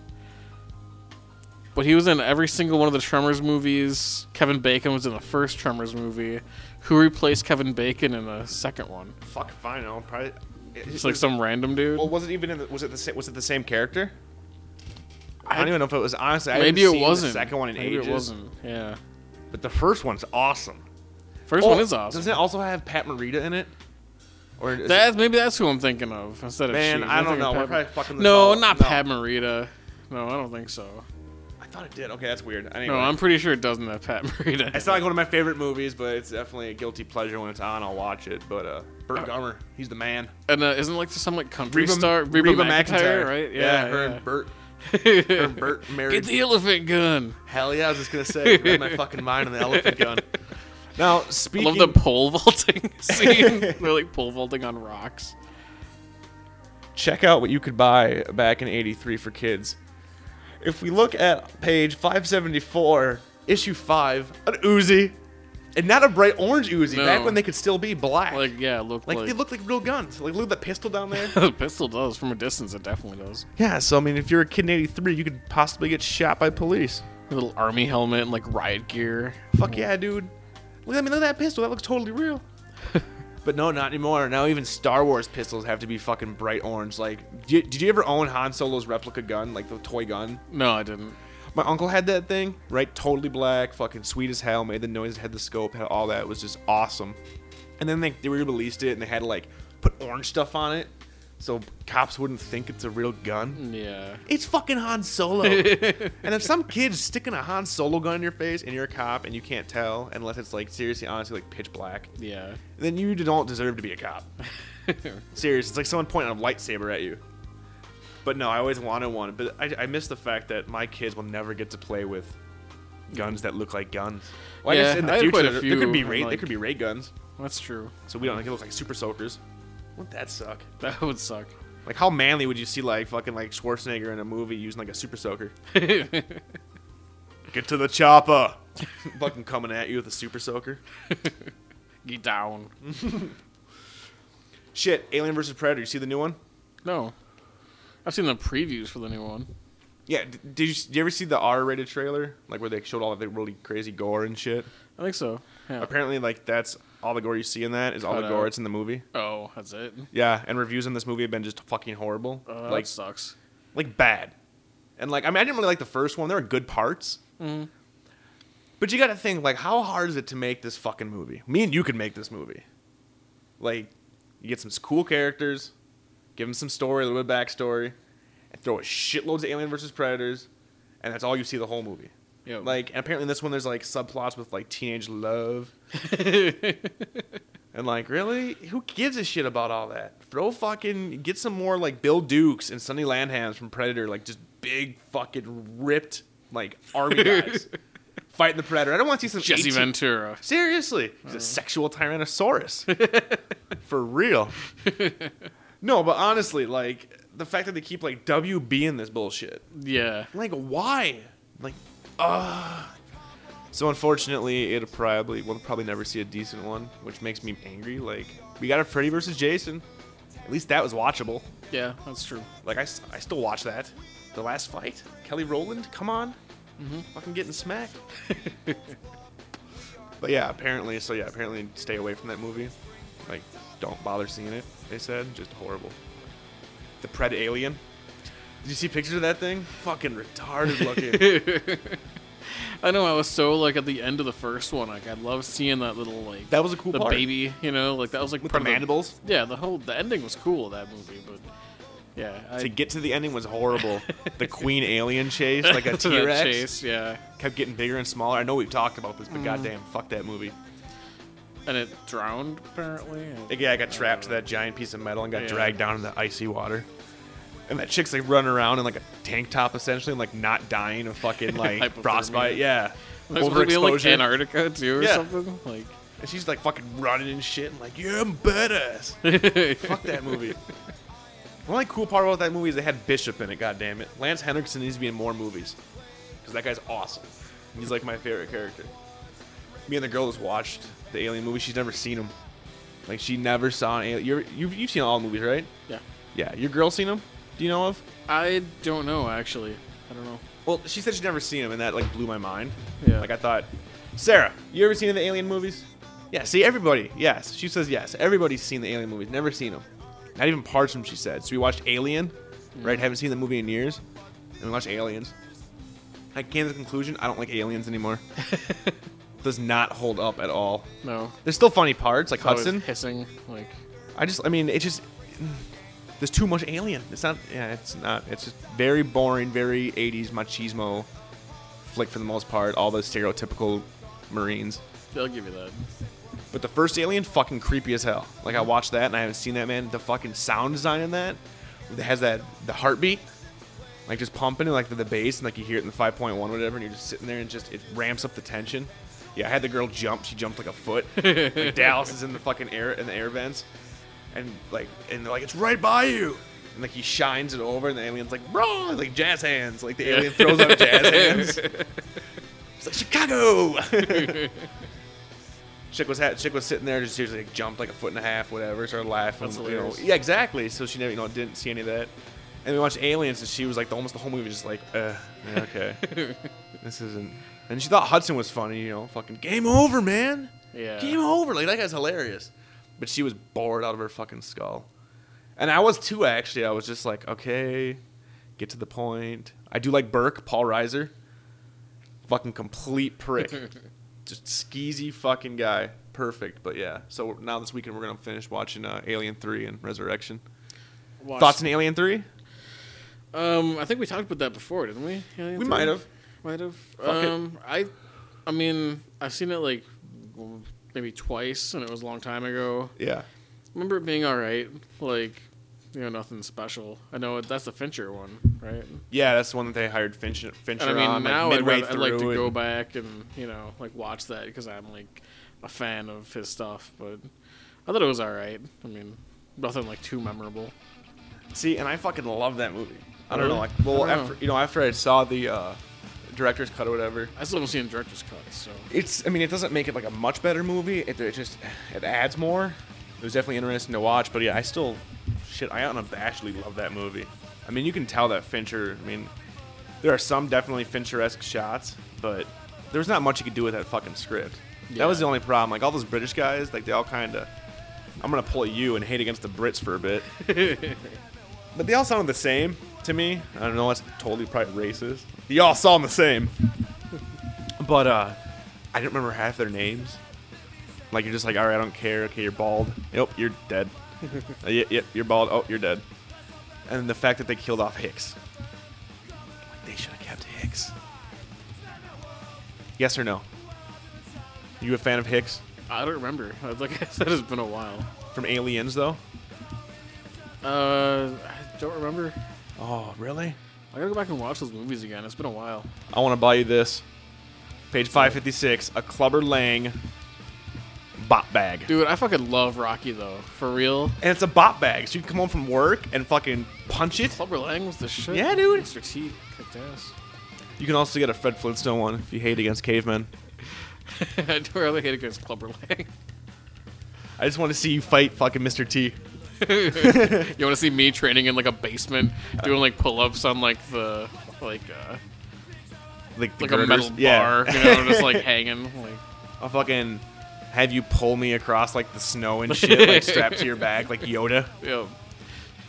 B: but he was in every single one of the Tremors movies. Kevin Bacon was in the first Tremors movie. Who replaced Kevin Bacon in the second one?
C: fuck. Fine, I'll probably.
B: It's like some random dude.
C: Well, was it even? In the, was it the sa- was it the same character? I don't even know if it was. Honestly, I haven't
B: Maybe it
C: seen the
B: wasn't.
C: second one in
B: Maybe
C: ages.
B: it wasn't. Yeah.
C: But the first one's awesome.
B: First
C: Oh,
B: one is awesome.
C: Doesn't it also have Pat Morita in it? Or is
B: That maybe that's who I'm thinking of instead of
C: Man,
B: she.
C: I
B: I'm
C: don't know.
B: thinking
C: We're
B: Pat-
C: probably fucking this all
B: no,
C: up.
B: not
C: No.
B: Pat Morita. No, I don't think so.
C: it- I thought it did. Okay, that's weird. Anyway,
B: No, I'm pretty sure it doesn't have Pat Morita.
C: it's not like one of my favorite movies, but it's definitely a guilty pleasure when it's on. I'll watch it. But uh, Burt Gummer, he's the man.
B: and uh, isn't like some like country star Reba, McIntyre, right?
C: Yeah, her and Burt.
B: yeah.
C: Her and Burt married.
B: Get the elephant gun.
C: Hell yeah, I was just gonna say. I had my fucking mind on the elephant gun. Now
B: I
C: speaking,
B: love the pole vaulting scene. They're like pole vaulting on rocks.
C: check out what you could buy back in 83 for kids. If we look at page 574, issue 5, an Uzi. And not a bright orange Uzi,
B: No.
C: back when they could still be black. Like,
B: Like yeah, look like,
C: they look like real guns. Like, look at the pistol down there.
B: the pistol does from a distance. It definitely does.
C: yeah, so I mean, if you're a kid in 83, you could possibly get shot by police.
B: A little army helmet and like riot gear.
C: Fuck yeah, dude. Look, I mean, look at that pistol. That looks totally real. but no, not anymore. Now even Star Wars pistols have to be fucking bright orange. Like, did you, did you ever own Han Solo's replica gun, like the toy gun?
B: No, I didn't.
C: My uncle had that thing, right? Totally black, fucking sweet as hell. Made the noise, had the scope, had all that. It was just awesome. And then they, they re-released it, and they had to like put orange stuff on it, so cops wouldn't think it's a real gun.
B: Yeah.
C: It's fucking Han Solo. and if some kid's sticking a Han Solo gun in your face, and you're a cop, and you can't tell, unless it's like seriously, honestly, like pitch black,
B: Yeah.
C: then you don't deserve to be a cop. Serious. It's like someone pointing a lightsaber at you. But no, I always wanted one. But I, I miss the fact that my kids will never get to play with guns that look like guns. Well, I
B: Yeah,
C: guess in the
B: I had
C: future
B: quite a
C: there, there could be
B: few,
C: ray, there
B: like-
C: could be ray guns,
B: That's true.
C: so we don't like it look like super soakers. Wouldn't that suck?
B: That would suck.
C: Like how manly would you see like fucking like Schwarzenegger in a movie using like a super soaker? Get to the chopper. fucking coming at you with a super soaker.
B: Get down.
C: Shit, Alien versus Predator. You see the new one?
B: No. I've seen the previews for the new one.
C: Yeah, d- did you, did you ever see the R-rated trailer? Like where they showed all of the really crazy gore and shit.
B: I think so. Yeah.
C: Apparently, like that's all the gore you see in that is all the
B: Cut
C: gore
B: out.
C: that's in the movie.
B: Oh, that's it.
C: Yeah, and reviews on this movie have been just fucking horrible,
B: Oh,
C: like
B: that sucks.
C: like bad. And like I mean, I didn't really like the first one. There were good parts,
B: Mm-hmm.
C: but you got to think like how hard is it to make this fucking movie? Me and you could make this movie. Like, you get some cool characters, give them some story, a little bit of backstory, and throw a shitloads of Alien versus Predators, and that's all you see the whole movie.
B: Yeah.
C: Like, and apparently in this one there's like subplots with like teenage love. E and like, really? Who gives a shit about all that? Throw fucking get some more like Bill Dukes and Sonny Landhams from Predator, like just big fucking ripped like army guys fighting the Predator. I don't want to see some
B: Jesse
C: 18
B: Ventura. Uh-huh.
C: Seriously, he's a sexual tyrannosaurus. For real. No, but honestly, like the fact that they keep like WB in this bullshit.
B: Yeah.
C: Like, why? Like, ugh. So unfortunately, it'll probably we'll probably never see a decent one, which makes me angry. Like, we got a Freddy versus Jason. At least that was watchable.
B: Yeah, that's true.
C: Like, I, s- I still watch that. The last fight, Kelly Rowland. Come on,
B: Mm-hmm.
C: fucking getting smacked. but yeah, apparently. So yeah, apparently, stay away from that movie. Like, don't bother seeing it. They said just horrible. The Pred Alien. Did you see pictures of that thing? Fucking retarded looking.
B: I know I was so like at the end of the first one, like I love seeing that little like
C: That was a cool
B: the
C: part.
B: baby, you know, like that was like
C: With
B: part
C: the
B: of
C: mandibles?
B: yeah, the whole the ending was cool of that movie, but yeah, I,
C: to get to the ending was horrible. The queen alien chase, like a
B: that
C: T Rex,
B: chase, Mm-hmm. yeah,
C: kept getting bigger and smaller. I know we've talked about this, but goddamn, fuck that movie.
B: and it drowned apparently. and-
C: Like, Yeah, I got trapped to that giant piece of metal and got
B: Yeah.
C: dragged down in the icy water. And that chick's like running around in like a tank top essentially and like not dying of fucking like
B: Hypothermia.
C: frostbite. Yeah.
B: Like, supposed to be, like
C: Overexposure.
B: Antarctica too or
C: Yeah.
B: something. Like
C: and she's like fucking running and shit and like, yeah, I'm badass. Fuck that movie. The only cool part about that movie is they had Bishop in it, God damn it. Lance Henriksen needs to be in more movies. Because that guy's awesome. He's like my favorite character. Me and the girl that's watched the Alien movie, she's never seen him. Like, she never saw an Alien. You're, you've, you've seen all the movies, right?
B: yeah.
C: Yeah. Your girl seen him? Do you know of?
B: I don't know actually. I don't know.
C: Well, she said she'd never seen him, and that like blew my mind.
B: Yeah.
C: Like I thought, Sarah, you ever seen the Alien movies? Yeah. See, everybody. Yes. She says yes. Everybody's seen the Alien movies. Never seen them. Not even parts of them. She said. So we watched Alien,
B: Mm.
C: right? Haven't seen the movie in years, and we watched Aliens. I came to the conclusion I don't like Aliens anymore. Does not hold up at all.
B: No.
C: There's still funny parts, like
B: It's always
C: Hudson.
B: hissing like
C: I just, I mean, it just there's too much alien. It's not, yeah, it's not. It's just very boring, very 80s machismo flick for the most part. All those stereotypical Marines.
B: they'll give you that.
C: But the first Alien, fucking creepy as hell. Like I watched that and I haven't seen that man. The fucking sound design in that, that has that the heartbeat, like just pumping and like the, the bass and like you hear it in the 5.1 whatever, and you're just sitting there and just it ramps up the tension. Yeah, I had the girl jump. She jumped like a foot. like Dallas is in the fucking air in the air vents, and like and they're like it's right by you. And like he shines it over, and the alien's like bro, like jazz hands. Like the alien throws out jazz hands. It's like Chicago. Chick was ha- chick was sitting there, just seriously like, jumped like a foot and a half, whatever. Started laughing.
B: That's
C: you know.
B: hilarious.
C: Yeah, exactly. So she never, you know, didn't see any of that. And we watched Aliens, and she was like, the, almost the whole movie was just like, uh, yeah, okay, this isn't. And she thought Hudson was funny, you know, fucking game over, man.
B: Yeah.
C: Game over. Like that guy's hilarious. But she was bored out of her fucking skull. And I was too, actually. I was just like, okay, get to the point. I do like Burke, Paul Reiser. Fucking complete prick. just skeezy fucking guy. Perfect. But yeah. So now this weekend we're gonna finish watching uh, Alien Three and Resurrection.
B: Watch-
C: Thoughts on Alien Three?
B: Um, I think we talked about that before, didn't we? Alien
C: We
B: Three?
C: might have.
B: Might have.
C: it.
B: um, I, I mean, I've seen it like w- maybe twice, and it was a long time ago.
C: Yeah.
B: remember it being all right, like you know, nothing special. I know that's the Fincher one, right?
C: Yeah, that's the one that they hired Finch, Fincher
B: And I mean,
C: on like,
B: now I'd,
C: midway
B: rather- I'd like
C: through
B: to go
C: and-
B: back and you know, like watch that because I'm like a fan of his stuff. But I thought it was all right. I mean, nothing like too memorable.
C: See, and I fucking love that movie. I don't
B: Really?
C: know, like, well,
B: I don't
C: after
B: know.
C: you know, after I saw the uh, director's cut or whatever,
B: I still haven't seen director's cut, so
C: it's. I mean, it doesn't make it like a much better movie. It, it just it adds more. It was definitely interesting to watch, but yeah, I still, shit, I unabashedly love that movie. I mean, you can tell that Fincher. I mean, there are some definitely Fincher-esque shots, but there was not much you could do with that fucking script.
B: Yeah.
C: That was the only problem. Like all those British guys, like they all kind of, I'm gonna pull you and hate against the Brits for a bit. But they all sound the same to me. I don't know. That's totally probably racist. They all sound the same. But uh, I didn't remember half their names. Like you're just like, all right, I don't care. Okay, you're bald. Yep, you're dead. uh, yep, yep, you're bald. Oh, you're dead. And the fact that they killed off Hicks. Like, they should have kept Hicks. Yes or no? You a fan of Hicks
B: I don't remember. Like I said, it's been a while.
C: from Aliens though?
B: Uh, I don't remember.
C: Oh, really?
B: I gotta go back and watch those movies again. It's been a while.
C: I want to buy you this. Page 556, a Clubber Lang bot bag.
B: Dude, I fucking love Rocky though. For real,
C: And it's a bot bag, so you can come home from work and fucking punch it.
B: Clubber Lang was the shit.
C: Yeah, dude.
B: Mr. T kicked ass.
C: You can also get a Fred Flintstone one if you hate against cavemen.
B: I do really hate against Clubber Lang.
C: I just want to see you fight fucking Mr. T.
B: you want to see me training in like a basement, doing like pull-ups on like the like uh,
C: Like, the
B: like a
C: girders.
B: metal
C: Yeah.
B: bar, you know, just like hanging. Like
C: I'll fucking have you pull me across like the snow and shit, like strapped to your back like Yoda.
B: yeah,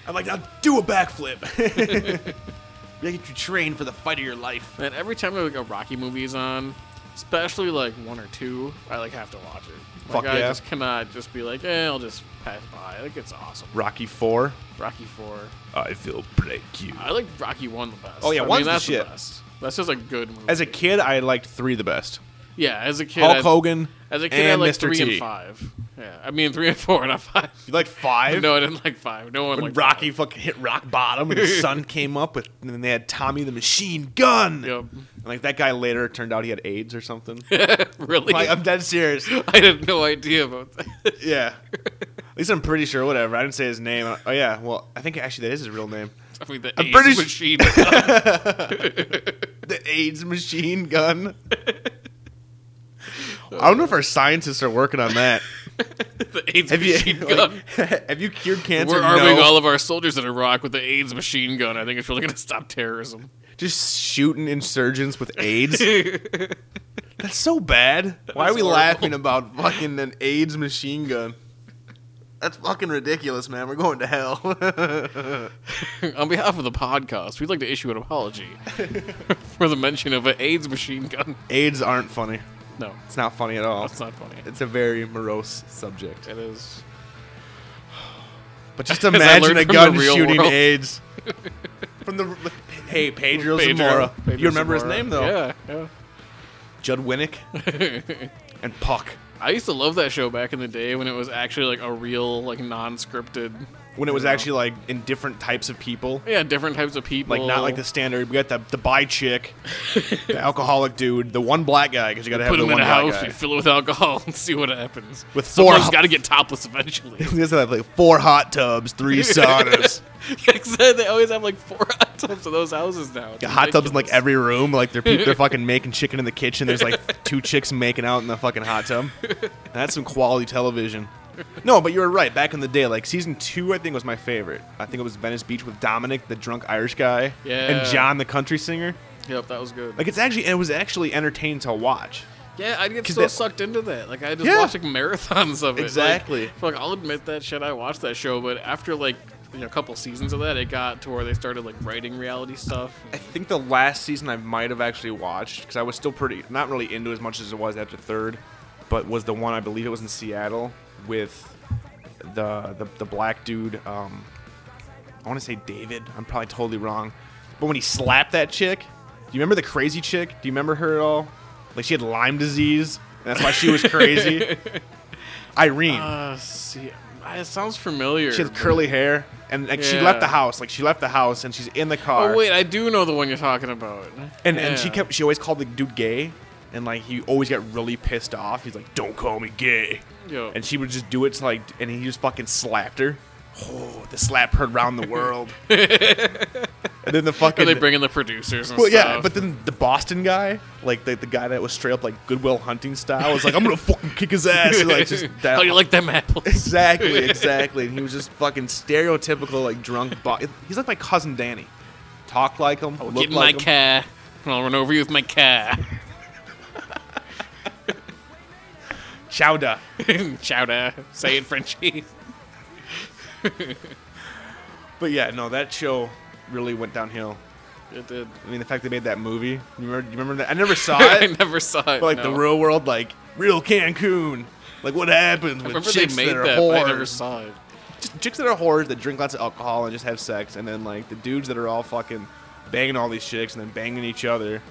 C: I'm like, now do a backflip. Make you train for the fight of your life.
B: and every time like a Rocky movie's on, especially like one or two, I like have to watch it. Like
C: Fuck
B: I
C: yeah.
B: just cannot just be like, eh, I'll just pass by. Like it's awesome.
C: Rocky 4.
B: Rocky Four.
C: I feel break you.
B: I like Rocky One the best.
C: Oh, yeah,
B: I mean,
C: one's the
B: that's
C: shit.
B: best. That's just a good movie.
C: As a kid, I liked three the best.
B: yeah, as a kid,
C: Hulk
B: I-
C: Hogan
B: As a kid,
C: and
B: I like
C: Mr.
B: three
C: T.
B: and five. Yeah, I mean three and four, not five.
C: You like five?
B: No, I didn't like five. No one
C: when
B: liked
C: Rocky fucking hit rock bottom, and his son came up with, and then they had Tommy the Machine Gun.
B: Yep.
C: And like that guy later turned out he had AIDS or something.
B: That one. really?
C: like I'm dead serious.
B: I had no idea about that.
C: Yeah. At least I'm pretty sure. Whatever. I didn't say his name. Oh yeah. Well, I think actually that is his real name.
B: I mean, the
C: I'm
B: AIDS
C: pretty su-
B: machine.
C: The AIDS machine gun. I don't know if our scientists are working on that.
B: the AIDS
C: Have you
B: machine
C: like,
B: gun.
C: have you cured cancer?
B: We're arming
C: No.
B: all of our soldiers in Iraq with the AIDS machine gun. I think it's really going to stop terrorism.
C: just shooting insurgents with AIDS. That's so bad. Why are we
B: horrible.
C: laughing about fucking an AIDS machine gun? That's fucking ridiculous, man. We're going to hell.
B: On behalf of the podcast, we'd like to issue an apology for the mention of an AIDS machine gun.
C: AIDS aren't funny.
B: No,
C: It's not funny at all.
B: that's not funny.
C: It's a very morose subject.
B: It is.
C: But just
B: I
C: imagine
B: learned
C: a
B: from
C: gun
B: the real
C: shooting
B: world.
C: AIDS. From the hey Pedro,
B: Pedro-
C: Zamora.
B: Pedro
C: you remember
B: Zamora.
C: his name though?
B: Yeah,
C: Judd Winnick
B: yeah.
C: and Puck.
B: I used to love that show back in the day when it was actually like a real, like non-scripted.
C: When it was
B: Yeah.
C: actually like in different types of people.
B: Yeah, different types of people.
C: Like not like the standard. We got the the bi chick, the alcoholic dude, the one black guy because you got to have
B: Put
C: the
B: them in
C: one
B: a
C: black
B: house,
C: guy.
B: we fill it with alcohol, and see what happens.
C: With four
B: someone's
C: hu-
B: got to get topless eventually.
C: We just have like four hot tubs, three saunas.
B: Yeah, 'cause they they always have like four hot tubs in those houses now. It's
C: Got hot tubs in like
B: ridiculous.
C: every room. Like they're peop- they're fucking making chicken in the kitchen. There's like two chicks making out in the fucking hot tub. That's some quality television. No, but you were right. Back in the day, like season two, I think was my favorite. I think it was Venice Beach with Dominic, the drunk Irish guy,
B: Yeah.
C: and John, the country singer.
B: Yep, that was good.
C: Like it's actually it was actually entertaining to watch.
B: yeah, I'd get
C: 'cause
B: so
C: that-
B: sucked into that. Like I just
C: Yeah.
B: watched like marathons of it. Like,
C: Exactly.
B: Fuck, I'll admit that shit. I watched that show, but after like you know, a couple seasons of that, it got to where they started like writing reality stuff.
C: I think the last season I might have actually watched because I was still pretty not really into as much as it was after third, but was the one I believe it was in Seattle with the the, the black dude. Um, I want to say David. I'm probably totally wrong, but when he slapped that chick, do you remember the crazy chick? Do you remember her at all? Like she had Lyme disease, and that's why she was crazy. Irene.
B: Uh, see, I- it sounds familiar.
C: she had
B: but-
C: curly hair, and like she
B: Yeah.
C: left the house. Like she left the house, and she's in the car.
B: Oh wait, I do know the one you're talking about.
C: And and she
B: Yeah.
C: kept she always called the dude gay, and like he always got really pissed off. He's like, "Don't call me gay,"
B: Yo.
C: and she would just do it to like, and he just fucking slapped her. Oh, the slap heard round the world. and then the
B: Or
C: fucking
B: they bring in the producers and
C: well,
B: stuff.
C: yeah, but then the Boston guy, like the, the guy that was straight up like Goodwill Hunting style, was like, "I'm gonna fucking kick his ass." And, like just that.
B: How you like them apples?
C: exactly, exactly. And he was just fucking stereotypical like drunk. Bo- He's like my cousin Danny. Talk like him. look
B: Get in
C: like
B: my
C: him.
B: car. I'll run over you with my car.
C: Chowda.
B: Chowder. Say it, Frenchie.
C: But yeah, no, that show really went downhill.
B: It did.
C: I mean, the fact they made that movie. You remember? You remember that? I never saw
B: I
C: it.
B: never saw it.
C: but like the
B: no.
C: real world, like real Cancun. Like what happens with
B: Remember they
C: chicks
B: made
C: that are
B: that. but I never
C: whores?
B: saw it.
C: Just chicks that are whores that drink lots of alcohol and just have sex, and then like the dudes that are all fucking banging all these chicks and then banging each other,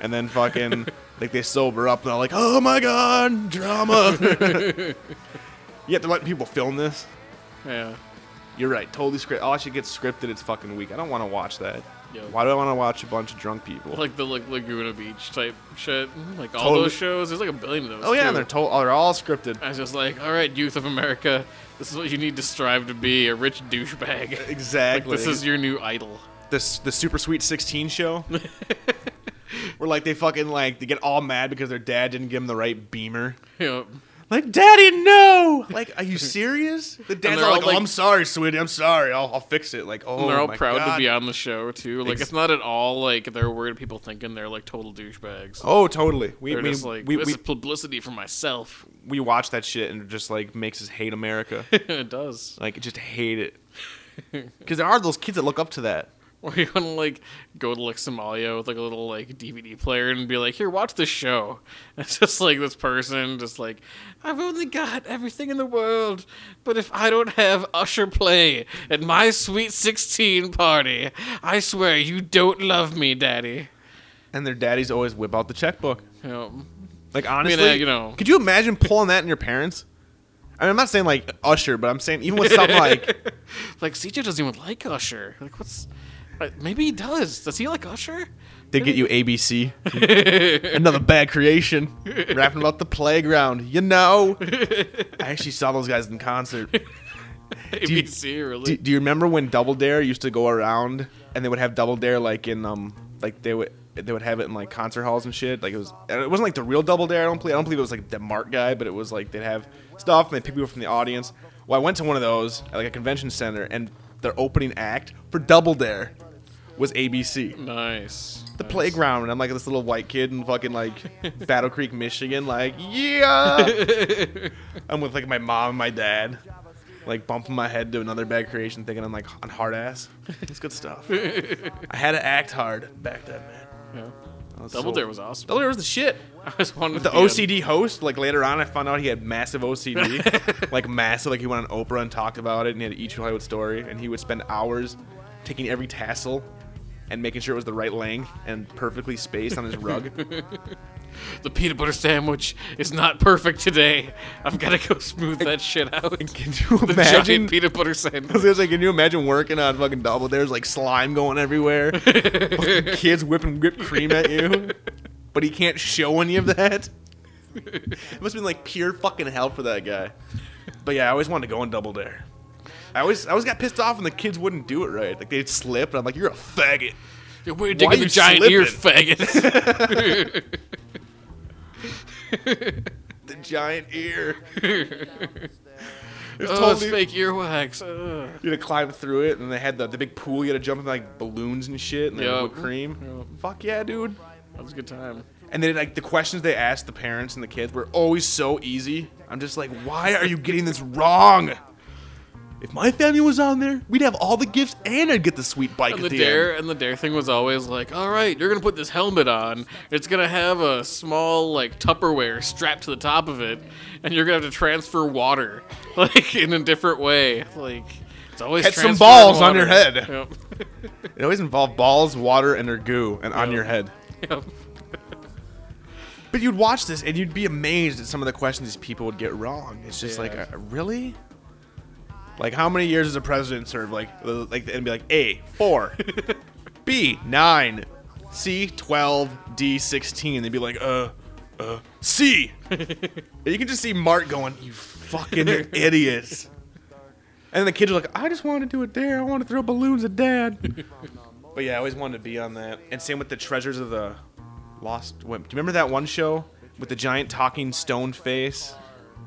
C: and then fucking like they sober up and they're like, oh my god, drama. you have to let people film this.
B: Yeah.
C: You're right. Totally script. All shit gets scripted. It's fucking weak. I don't want to watch that.
B: Yo.
C: Why do I want to watch a bunch of drunk people?
B: Like the like Laguna Beach type shit. Mm-hmm. Like all
C: Totally.
B: those shows. There's like a billion of those.
C: oh yeah,
B: too.
C: they're to- they're all scripted.
B: I was just like, all right, youth of America, this is what you need to strive to be—a rich douchebag. Like,
C: Exactly.
B: this is your new idol.
C: this the Super Sweet Sixteen show. Where like they fucking like they get all mad because their dad didn't give them the right beamer.
B: You know,
C: Like, daddy, no! Like, are you serious? The dad's
B: they're
C: all
B: all
C: like,
B: like-
C: "Oh, I'm sorry, sweetie. I'm sorry. I'll, I'll fix it." Like, oh,
B: and they're all
C: my
B: proud
C: God.
B: to be on the show too. Like
C: Ex-
B: it's not at all like they're worried of people thinking they're like total douchebags.
C: Oh, totally. We
B: they're
C: we,
B: just like
C: we,
B: this
C: we,
B: is publicity for myself.
C: we watch that shit and it just like makes us hate America.
B: it does.
C: Like, just hate it. Because there are those kids that look up to that.
B: Or you want to like go to like Somalia with like a little like DVD player and be like, "Here, watch this show." And it's just like this person, just like, "I've only got everything in the world, but if I don't have Usher play at my sweet sixteen party, I swear you don't love me, Daddy."
C: And their daddies always whip out the checkbook.
B: You know,
C: Like
B: I mean,
C: honestly,
B: uh, you know,
C: could you imagine pulling that in your parents? I mean, I'm not saying like Usher, but I'm saying even with something like
B: Like CJ doesn't even like Usher. Like what's? like, Maybe he does. Does he like Usher?
C: they get you ABC, another bad creation, rapping about the playground. You know, I actually saw those guys in concert. you-
B: ABC really?
C: Do, do you remember when Double Dare used to go around and they would have Double Dare like in um like they would they would have it in like concert halls and shit. Like it was and it wasn't like the real Double Dare. I don't believe I don't believe it was like the Mart guy, but it was like they'd have stuff and they pick people from the audience. Well, I went to one of those at like a convention center and their opening act for Double Dare was ABC
B: nice.
C: the
B: Nice.
C: playground and I'm like this little white kid in fucking like Battle Creek, Michigan, like, yeah I'm with like my mom and my dad. Like bumping my head to another bad creation thinking I'm like on hard ass. It's good stuff. I had to act hard back then, man.
B: Yeah.
C: I was
B: Double
C: so-
B: Dare was awesome.
C: Double Dare was the shit.
B: I was wanted
C: With the OCD host, like later on I found out he had massive OCD. like massive, like he went on Oprah and talked about it and he had each Hollywood story and he would spend hours taking every tassel and making sure it was the right length and perfectly spaced on his rug.
B: The peanut butter sandwich is not perfect today. I've got to go smooth that shit out.
C: Can you
B: The
C: imagine?
B: giant peanut
C: I
B: butter
C: was
B: sandwich.
C: gonna say, can you imagine working on fucking Double There's like slime going everywhere, Fucking kids whipping whipped cream at you, but he can't show any of that. It must have been like pure fucking hell for that guy. But yeah, I always wanted to go on Double Dare. I always, I always got pissed off when the kids wouldn't do it right. Like they'd slip, and I'm like, "You're a faggot."
B: You're weird
C: Why
B: digging
C: you
B: the giant ear, faggot.
C: The giant ear. There's
B: oh, it's
C: totally
B: fake earwax. Ugh.
C: You had to climb through it, and they had the, the big pool. You had to jump in like balloons and shit, and
B: Yup.
C: like, whipped cream. Fuck yeah, dude!
B: That was a good time.
C: And then like the questions they asked the parents and the kids were always so easy. I'm just like, why are you getting this wrong? If my family was on there, we'd have all the gifts and I'd get the sweet bike
B: And
C: at
B: the
C: the
B: dare
C: end.
B: and the dare thing was always like, all right, you're gonna put this helmet on. It's gonna have a small like Tupperware strapped to the top of it, and you're gonna have to transfer water like in a different way. Like it's always
C: Catch some
B: transferring
C: balls on
B: water.
C: your head.
B: Yep.
C: It always involved balls, water, and or goo, and on
B: Yeah.
C: your head.
B: Yep.
C: But you'd watch this and you'd be amazed at some of the questions these people would get wrong. It's just
B: Yeah.
C: like, uh, really? Like, how many years does a president serve? Like, uh, like and be like, A, four, B, nine, C, 12, D, 16. They'd be like, uh, uh, C. and you can just see Mark going, you fucking idiots. And the kids are like, I just want to do a dare. I want to throw balloons at dad. but yeah, I always wanted to be on that. And same with the treasures of the Lost Wimp. Do you remember that one show with the giant talking stone face?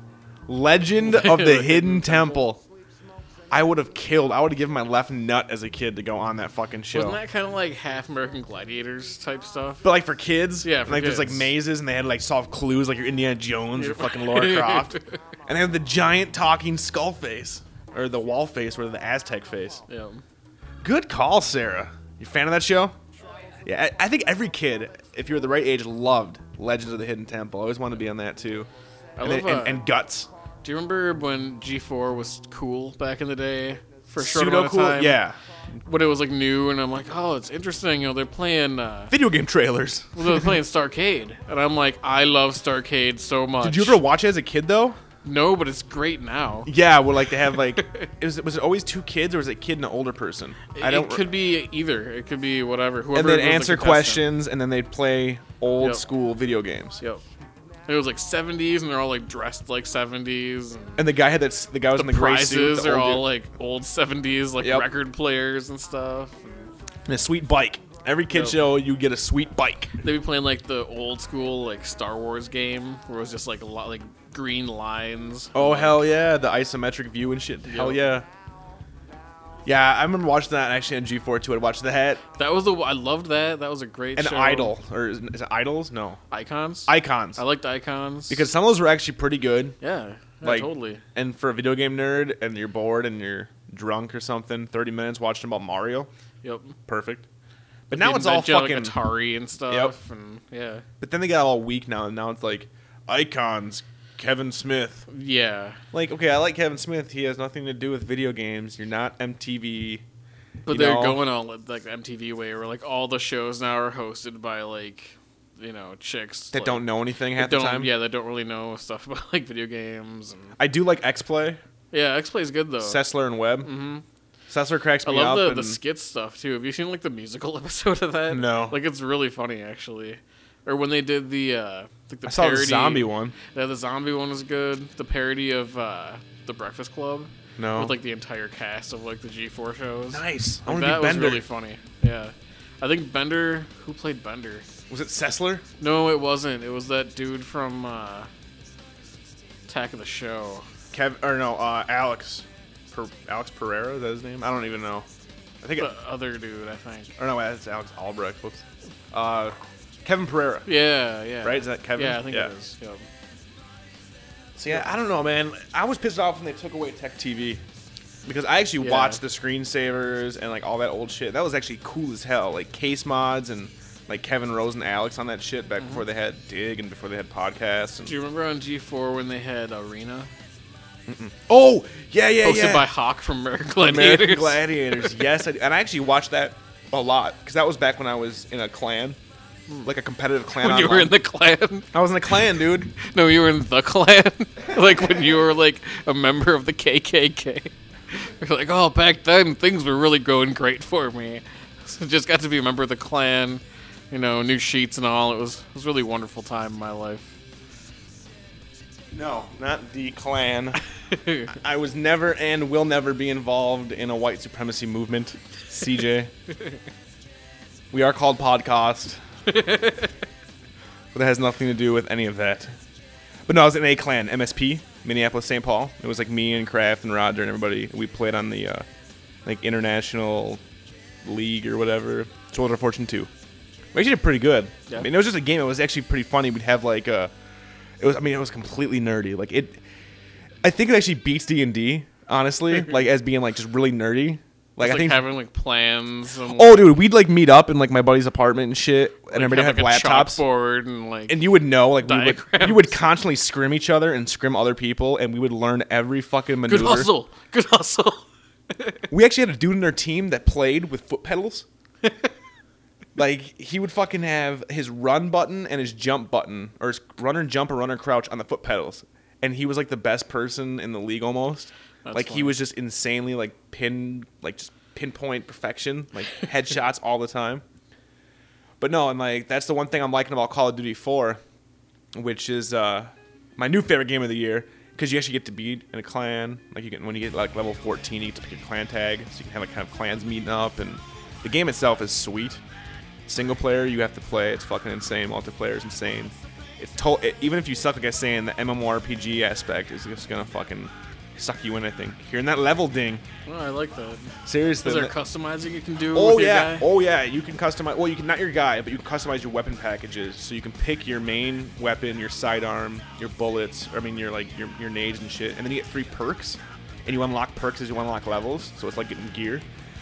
C: Legend of the Hidden Temple. I would have killed. I would have given my left nut as a kid to go on that fucking show.
B: Wasn't that kind of like half American Gladiators type stuff?
C: but like for kids,
B: Yeah, for
C: like there's like
B: kids.
C: mazes and they had to, like solve clues, like your Indiana Jones or
B: Yeah.
C: fucking Laura Croft, and they had the giant talking skull face or the wall face or the Aztec face.
B: Yeah.
C: Good call, Sarah. You a fan of that show? Yeah, I, I think every kid, if you were the right age, loved Legends of the Hidden Temple. I always wanted to be on that too.
B: I
C: and,
B: love.
C: then- and,
B: uh,
C: and Guts.
B: do you remember when G4 was cool back in the day? For a short
C: Pseudo
B: amount of
C: cool.
B: time,
C: Yeah.
B: When it was like new, and I'm like, oh, it's interesting. You know, they're playing. Uh,
C: Video game trailers.
B: Well, they were playing Starcade, and I'm like, I love Starcade so much.
C: Did you ever watch it as a kid though?
B: No, but it's great now.
C: Yeah, well, like they have like, it was, was it always two kids or was it a kid and an older person? I don't.
B: It could be either. It could be whatever.
C: and
B: Whoever.
C: then
B: was the
C: answer
B: contestant.
C: questions, and then they'd play old
B: Yep.
C: school video games.
B: Yep. It was like 70s, and they're all like dressed like 70s. And
C: And the guy had that. s- The guy was in the gray suit.
B: prizes
C: The
B: are
C: old
B: all
C: dude.
B: like old 70s, like
C: Yep.
B: record players and stuff.
C: and a sweet bike. Every kid
B: Yep.
C: show, you get a sweet bike.
B: They'd be playing like the old school like Star Wars game, where it was just like a lot like green lines.
C: Oh hell yeah, the isometric view and shit. Hell yeah. Yeah, I remember watching that actually on G4 too. I'd watch that
B: That was the I loved that. That was a great
C: and
B: show.
C: Idol or is, is it Idols? No,
B: icons.
C: Icons.
B: I liked icons
C: because some of those were actually pretty good.
B: yeah, yeah,
C: Like
B: totally.
C: And for a video game nerd, and you're bored and you're drunk or something, 30 minutes watching about Mario,
B: Yep.
C: perfect. But now
B: The
C: it's all
B: invention of,
C: fucking.
B: like Atari and stuff. And yeah,
C: But then they got all weak now, and now it's like Icons, Kevin Smith.
B: yeah.
C: Like okay, I like Kevin Smith. He has nothing to do with video games. You're not MTV.
B: But
C: You
B: they're
C: know-
B: going all like the MTV way, where like all the shows now are hosted by like you know chicks
C: that
B: like,
C: don't know anything
B: that
C: half
B: don't
C: the time.
B: yeah that don't really know stuff about like video games and
C: I do like X Play,
B: yeah X Play's good though.
C: Sessler and Webb. Mm-hmm. Sessler cracks
B: Uh, mm. I
C: me
B: love
C: up.
B: the,
C: and
B: the skit stuff too. Have you seen like the musical episode of that?
C: No.
B: Like it's really funny actually. Or when they did the uh like the
C: I saw
B: parody
C: the zombie one.
B: Yeah, the zombie one was good. The parody of uh the Breakfast Club.
C: No.
B: With like the entire cast of like the G four shows.
C: Nice. I
B: Like,
C: want to
B: that
C: be Bender.
B: was really funny. Yeah. I think Bender who played Bender?
C: was it Sessler?
B: No, it wasn't. It was that dude from uh Attack of the Show.
C: Kev or no, uh, Alex, per- Alex Pereira. Is that his name? I don't even know. I think it,
B: The other dude, I think.
C: or no, that's Alex Albrecht. Whoops. Uh, Kevin Pereira.
B: Yeah, yeah.
C: Right? Is that Kevin?
B: Yeah, I think
C: Yeah.
B: it is. Yep.
C: See, I, I don't know, man. I was pissed off when they took away Tech TV because I actually
B: Yeah.
C: watched the screensavers and like all that old shit. That was actually cool as hell. Like case mods and like Kevin Rose and Alex on that shit back before they had Dig and before they had podcasts.
B: Do
C: And,
B: Mm-hmm. you remember on G4 when they had Arena?
C: oh yeah, yeah,
B: Hosted
C: yeah.
B: by Hawk from American Gladiators.
C: American Gladiators. yes, I, do. and I actually watched that a lot because that was back when I was in a clan, like a competitive clan.
B: when you were
C: online.
B: in the clan.
C: I was in a clan, dude.
B: No, you were in the clan. like when you were like a member of the KKK. You're like, oh, back then things were really going great for me. So just got to be a member of the clan. You know, new sheets and all. It was it was a really wonderful time in my life.
C: No, not the clan. I was never and will never be involved in a white supremacy movement, CJ. we are called podcast. but that has nothing to do with any of that. But no, I was in a clan, MSP, Minneapolis St. Paul. It was like me and Kraft and Roger and everybody. We played on the uh, like international league or whatever, Soldier of Fortune 2. We actually did pretty good.
B: Yeah.
C: I mean, it was just a game. It was actually pretty funny. We'd have like uh it was I mean, it was completely nerdy. Like it I think it actually beats D&D, honestly, like as being like just really nerdy. Like
B: Like,
C: I think
B: having like plans and
C: Oh, dude, we'd like meet up in like my buddy's apartment and shit, and
B: like,
C: everybody
B: have,
C: had
B: like, a
C: laptops
B: chalkboard and like
C: and you would know like we would,
B: Diagrams.
C: you would constantly scrim each other and scrim other people and we would learn every fucking
B: good
C: maneuver
B: hustle, good hustle.
C: we actually had a dude in our team that played with foot pedals like he would fucking have his run button and his jump button or his runner and jump or runner crouch on the foot pedals and he was like the best person in the league almost
B: That's
C: like he
B: funny.
C: was just insanely like pin like just pinpoint perfection like headshots all the time but no and like that's the one thing i'm liking about call of duty 4 which is uh, my new favorite game of the year because you actually get to be in a clan. Like you get when you get like level 14, you get to pick a clan tag, so you can have like kind of clans meeting up. And the game itself is sweet. Single player, you have to play. It's fucking insane. Multiplayer is insane. It's to- it, even if you suck, like I was saying, the MMORPG aspect is just gonna fucking suck you in. I think hearing that level ding,
B: Oh, I like that.
C: seriously.
B: Is there
C: that-
B: customizing you can do?
C: Oh
B: with
C: yeah,
B: Your guy?
C: oh yeah. You can customize. Well, you can not your guy, but you can customize your weapon packages. So you can pick your main weapon, your sidearm, your bullets. I mean, your like your your nades and shit. And then you get three perks, and you unlock perks as you unlock levels. So it's like getting gear.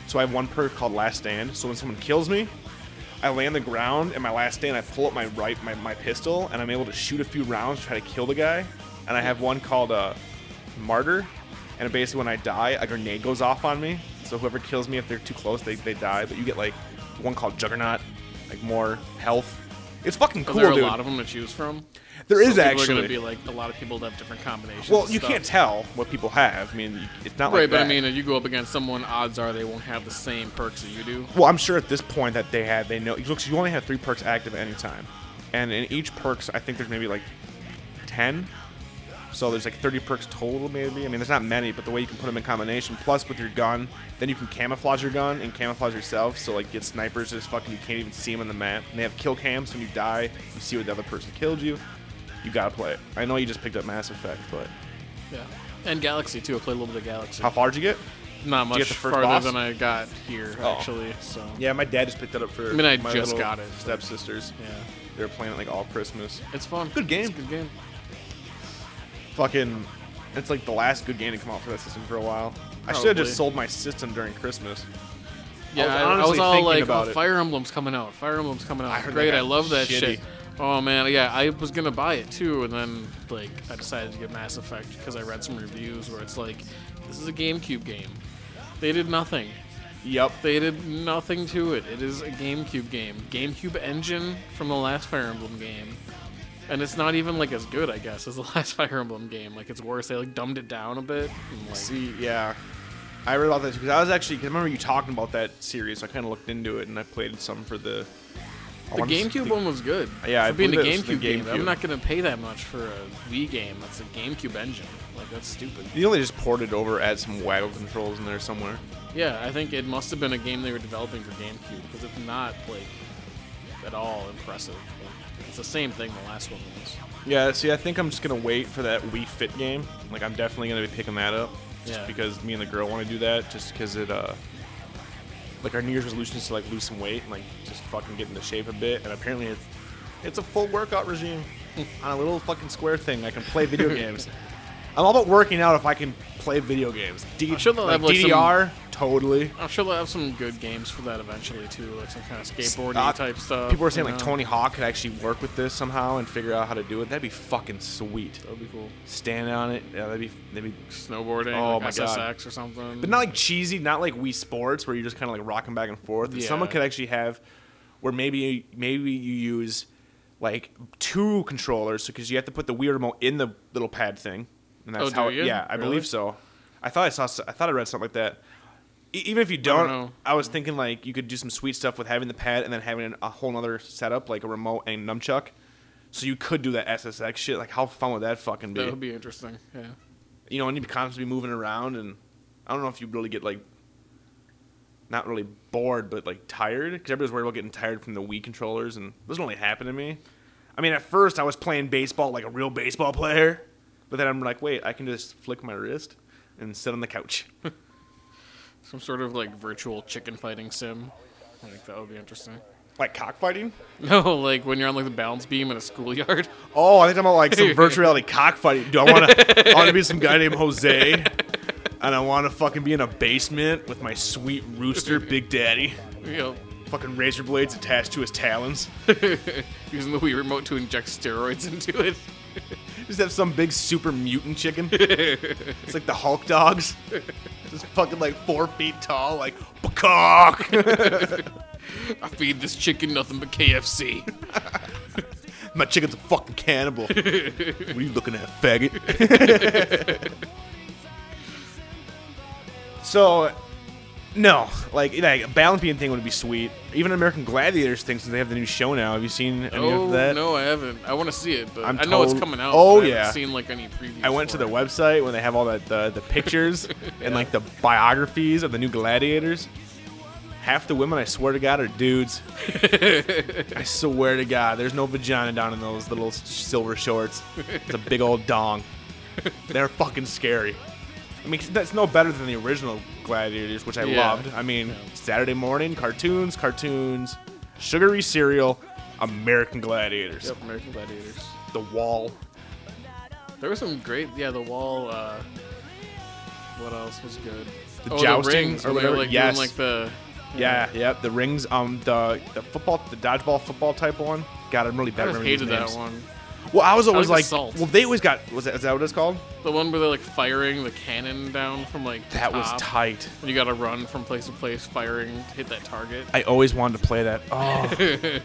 C: So I have one perk called Last Stand. So when someone kills me, I lay on the ground, and my last stand, I pull up my right my, my pistol, and I'm able to shoot a few rounds to try to kill the guy. And I have one called uh, Martyr, and basically when I die, a grenade goes off on me. So whoever kills me, if they're too close, they, they die. But you get like one called Juggernaut, like more health. It's fucking
B: Are
C: Oh, cool,
B: there a
C: dude.
B: lot of them to choose from?
C: there is
B: people Are
C: actually.
B: gonna be like a lot of people that have different combinations.
C: well,
B: and
C: you
B: stuff.
C: can't tell what people have. I mean, you- it's not
B: Right,
C: like
B: but
C: that.
B: I mean, if you go up against someone, odds are they won't have the same perks that you do.
C: Well, I'm sure at this point that they had, they know. Looks, you only have three perks active at any time, and in each perks, I think there's maybe like ten. So there's like 30 perks total, maybe. I mean, there's not many, but the way you can put them in combination, plus with your gun, then you can camouflage your gun and camouflage yourself. So like, get snipers just fucking you can't even see them on the map. And they have kill cams. When you die, you see what the other person killed you. You gotta play it. I know you just picked up Mass Effect, but
B: Yeah, and Galaxy too. I played a little bit of Galaxy.
C: how far'd you get?
B: Not
C: you
B: much
C: get the first
B: farther
C: boss?
B: than I got here
C: Oh.
B: actually. So
C: Yeah, my dad just picked that up for.
B: I mean, I
C: my
B: just
C: little
B: got it.
C: Stepsisters.
B: yeah,
C: They were playing it like all Christmas.
B: it's fun.
C: Good game.
B: It's a good game.
C: fucking it's like the last good game to come out for that system for a while. I should have
B: Probably.
C: just sold my system during Christmas.
B: Yeah,
C: was
B: I I was,
C: honestly
B: all
C: thinking
B: like,
C: about
B: oh,
C: it.
B: Fire Emblem's coming out. Fire Emblem's coming out.
C: I heard
B: Great,
C: that
B: I love that
C: shitty.
B: shit. Oh man, yeah, I was gonna buy it too, and then like I decided to get Mass Effect because I read some reviews where it's like, this is a GameCube game. They did nothing.
C: Yep.
B: They did nothing to it. It is a GameCube game. GameCube engine from the last Fire Emblem game. And it's not even like as good, I guess, as the last Fire Emblem game. Like it's worse. They like dumbed it down a bit. and, like-
C: See, yeah. I read about this because I was actually because I remember you talking about that series. So I kind of looked into it and I played some for the. I
B: the
C: wanna s-
B: GameCube
C: the-
B: one was good.
C: Yeah, I
B: for being a
C: believe it was the
B: GameCube game.
C: GameCube.
B: I'm not gonna pay that much for a Wii game. That's a GameCube engine. Like that's stupid.
C: You know they just ported over, add some waggle controls in there somewhere.
B: Yeah, I think it must have been a game they were developing for GameCube because it's not like at all impressive. Like, it's the same thing the last one was.
C: Yeah, see, I think I'm just gonna wait for that Wii Fit game. Like, I'm definitely gonna be picking that up, just
B: Yeah.
C: because me and the girl want to do that, just because it, uh, like our New Year's resolution is to like lose some weight and like just fucking get into shape a bit. And apparently, it's it's a full workout regime on a little fucking square thing. I can play video games. I'm all about working out if I can play video games. D-
B: I'm sure they'll
C: like
B: have, like, some-
C: DDR, totally.
B: I'm sure they'll have some good games for that eventually too, like some kind of skateboarding
C: Uh,
B: type stuff.
C: People are
B: you
C: saying like
B: know?
C: Tony Hawk could actually work with this somehow and figure out how to do it. That'd be fucking sweet.
B: That'd be cool.
C: Stand on it. Yeah, that'd be that'd be
B: Snowboarding,
C: Oh,
B: like
C: my
B: SSX
C: God.
B: or something.
C: But not like cheesy, not like Wii Sports where you're just kind of like rocking back and forth. If
B: Yeah.
C: Someone could actually have where maybe maybe you use like two controllers because you have to put the Wii remote in the little pad thing, and that's
B: Oh,
C: how.
B: do you?
C: Yeah, I
B: Really?
C: believe so. I thought I saw. s- I thought I read something like that. E- Even if you
B: don't
C: don't,
B: know.
C: I was thinking like you could do some sweet stuff with having the pad and then having a whole other setup like a remote and nunchuck. So you could do that SSX shit. Like how fun would that fucking
B: that would be interesting. Yeah.
C: you know, and you'd constantly be moving around, and I don't know if you really get like, not really bored, but like tired, because everybody's worried about getting tired from the Wii controllers, and it doesn't really happen to me. I mean, at first I was playing baseball like a real baseball player, but then I'm like, wait, I can just flick my wrist and sit on the couch.
B: Some sort of like virtual chicken fighting sim. Like that would be interesting.
C: like cockfighting?
B: No, like when you're on like the balance beam in a schoolyard.
C: Oh, I think I'm about like some virtual reality cockfighting. Do I want to? I want to be some guy named Jose, and I want to fucking be in a basement with my sweet rooster, Big Daddy.
B: You know,
C: fucking razor blades attached to his talons.
B: using the Wii remote to inject steroids into it.
C: Just have some big super mutant chicken. it's like the Hulk dogs. Just fucking like four feet tall, like cock.
B: I feed this chicken nothing but KFC.
C: My chicken's a fucking cannibal. what are you looking at, faggot? so, no, like like a balance beam thing would be sweet. Even American Gladiators thing, since they have the new show now. Have you seen any
B: oh
C: of that?
B: no, I haven't. I want to see it, but i
C: I'm
B: know it's
C: told-
B: coming out.
C: Oh,
B: but I haven't
C: yeah.
B: Seen like any previews.
C: I went to
B: for
C: their
B: it.
C: website when they have all that the, the pictures and like the biographies of the new gladiators. Half the women, I swear to God, are dudes. I swear to God, there's no vagina down in those little s- silver shorts. It's a big old dong. They're fucking scary. I mean, that's no better than the original Gladiators, which I
B: Yeah.
C: loved. I mean, Saturday morning cartoons, cartoons, sugary cereal, American Gladiators,
B: Yep, American Gladiators.
C: The Wall.
B: There were some great, yeah. The wall. Uh, what else was good?
C: The
B: oh,
C: jousting
B: the rings,
C: or
B: where they
C: whatever,
B: were, like
C: yes.
B: doing like the.
C: Yeah, yeah. The rings, um, the the football, the dodgeball football type one. God, I'm really
B: I
C: bad at
B: always
C: remembering
B: hated
C: these
B: that
C: names.
B: one.
C: Well, I was always
B: like
C: like,
B: assault.
C: well, they always got was that, is that what it's called?
B: The one where they're like firing the cannon down from like the
C: That was
B: top,
C: tight.
B: and you got to run from place to place, firing to hit that target.
C: I always wanted to play that. Oh,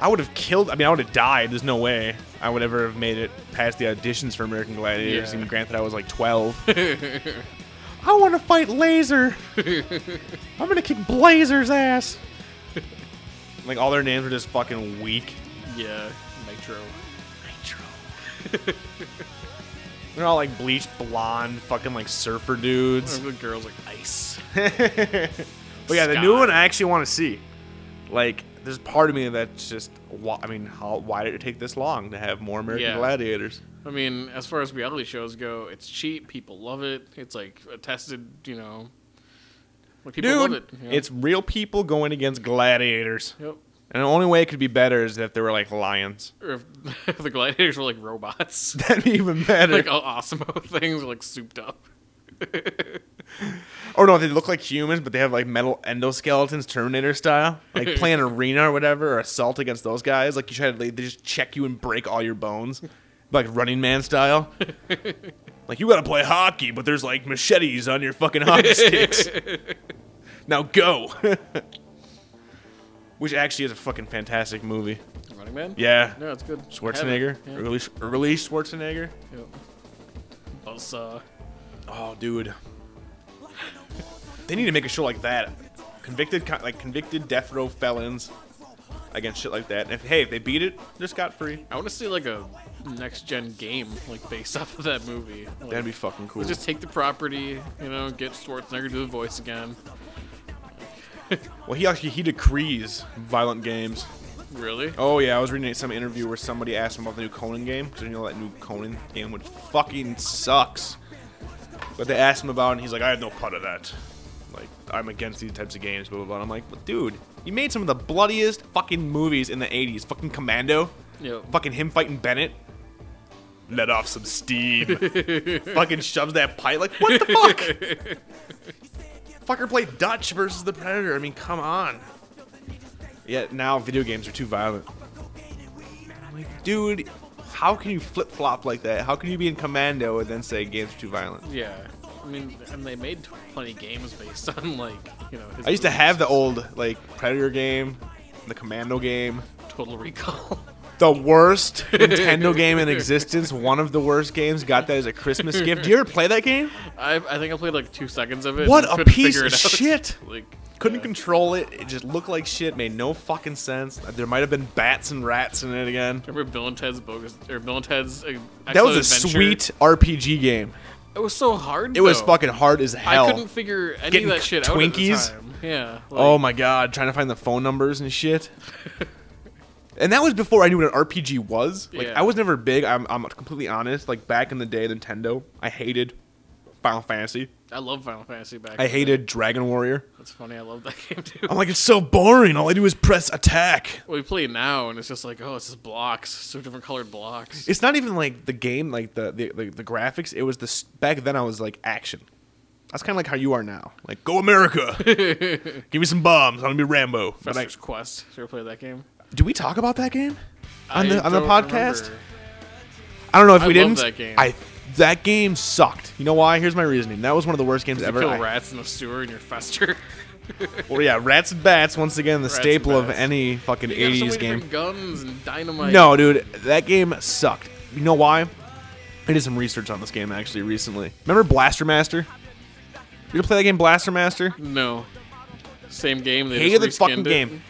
C: I would have killed. I mean, I would have died. There's no way I would ever have made it past the auditions for American Gladiators.
B: Yeah.
C: Even granted, I was like 12. I want to fight Laser. I'm gonna kick Blazer's ass. like all their names were just fucking weak.
B: Yeah, Nitro. Nitro.
C: They're all like bleached blonde, fucking like surfer dudes.
B: Remember the girls like ice.
C: But yeah, the
B: Sky.
C: new one I actually want to see. Like, there's part of me that's just, why, I mean, how, why did it take this long to have more American
B: Yeah.
C: Gladiators?
B: I mean, as far as reality shows go, it's cheap. People love it. It's like a tested, you know. Like people love it. you know?
C: it's real people going against gladiators,
B: Yep.
C: and the only way it could be better is if they were like lions.
B: Or if, if the gladiators were like robots,
C: That'd be even better.
B: like all Osmo things were like souped up.
C: or Oh, no, they look like humans, but they have like metal endoskeletons, Terminator style. Like play an arena or whatever, or assault against those guys. Like you try to, like, they just check you and break all your bones, like Running Man style. like you got to play hockey, but there's like machetes on your fucking hockey sticks. Now go. Which actually is a fucking fantastic movie.
B: Running Man.
C: Yeah.
B: No, it's good.
C: Schwarzenegger,
B: Have it.
C: early, early Schwarzenegger.
B: Yeah. uh, Yep. Buzzsaw.
C: Oh, dude. they need to make a show like that. Convicted, co- like convicted death row felons against shit like that. And if hey, if they beat it, they're scot free.
B: I want to see like a next gen game like based off of that movie. Like,
C: That'd be fucking cool.
B: we'll just take the property, you know, get Schwarzenegger to do the voice again.
C: well, he actually he decrees violent games.
B: Really?
C: Oh yeah, I was reading some interview where somebody asked him about the new Conan game because you know that new Conan game which fucking sucks. But they asked him about it, and he's like, I had no part of that. Like I'm against these types of games, blah blah blah. And I'm like, but dude, you made some of the bloodiest fucking movies in the '80s. Fucking Commando,
B: Yep.
C: fucking him fighting Bennett. Let off some steam. fucking shoves that pipe. Like what the fuck? Fucker played Dutch versus the Predator. I mean, come on. Yeah, now video games are too violent. I'm like, dude, how can you flip flop like that? How can you be in commando and then say games are too violent?
B: Yeah. I mean, and they made plenty of games based on like, you know. His
C: I used to
B: movies.
C: have the old like Predator game, the Commando game,
B: Total Recall.
C: the worst Nintendo game in existence. One of the worst games. Got that as a Christmas gift. Do you ever play that game?
B: I, I think I played like two seconds of it.
C: What
B: and
C: a
B: couldn't
C: piece
B: figure
C: of
B: it out.
C: shit!
B: Like,
C: Couldn't
B: yeah.
C: control it. It just looked like shit. Made no fucking sense. There might have been bats and rats in it again.
B: Remember Bill and Ted's bogus or Bill and Ted's. Uh,
C: That was a
B: Excellent Adventure?
C: sweet RPG game.
B: It was so hard.
C: It was
B: though.
C: fucking hard as hell.
B: I couldn't figure any
C: Getting
B: of that shit
C: Twinkies?
B: out at the time. Yeah. like-
C: oh my god, trying to find the phone numbers and shit. and that was before I knew what an RPG was. Like
B: Yeah.
C: I was never big. I'm, I'm completely honest. Like back in the day, Nintendo, I hated Final Fantasy.
B: I love Final Fantasy
C: I
B: back. in the
C: hated Dragon Warrior.
B: That's funny. I love that game too.
C: I'm like, it's so boring. All I do is press attack.
B: we play it now, and it's just like, oh, it's just blocks, so different colored blocks.
C: It's not even like the game, like the the, the, the graphics. It was the s- back then. I was like action. That's kind of like how you are now. Like go America, give me some bombs. I'm gonna be Rambo. But I-
B: Professor's Quest. Should we play that game?
C: do we talk about that game on
B: I
C: the on the
B: don't
C: podcast?
B: remember.
C: I don't know if
B: I
C: we
B: love
C: didn't.
B: that game.
C: I that game sucked. You know why? Here's my reasoning. That was one of the worst games
B: You
C: ever.
B: kill
C: I-
B: rats in a sewer and you're fester.
C: Well, yeah, rats and bats. Once again, the
B: Rats and
C: staple of
B: bats.
C: any fucking
B: You got so
C: 80s
B: many
C: game.
B: different Guns and dynamite.
C: No, dude, that game sucked. You know why? I did some research on this game actually recently. Remember Blaster Master? You ever play that game Blaster Master?
B: No. Same game. They
C: Hated the
B: just
C: fucking
B: reskinned it.
C: game.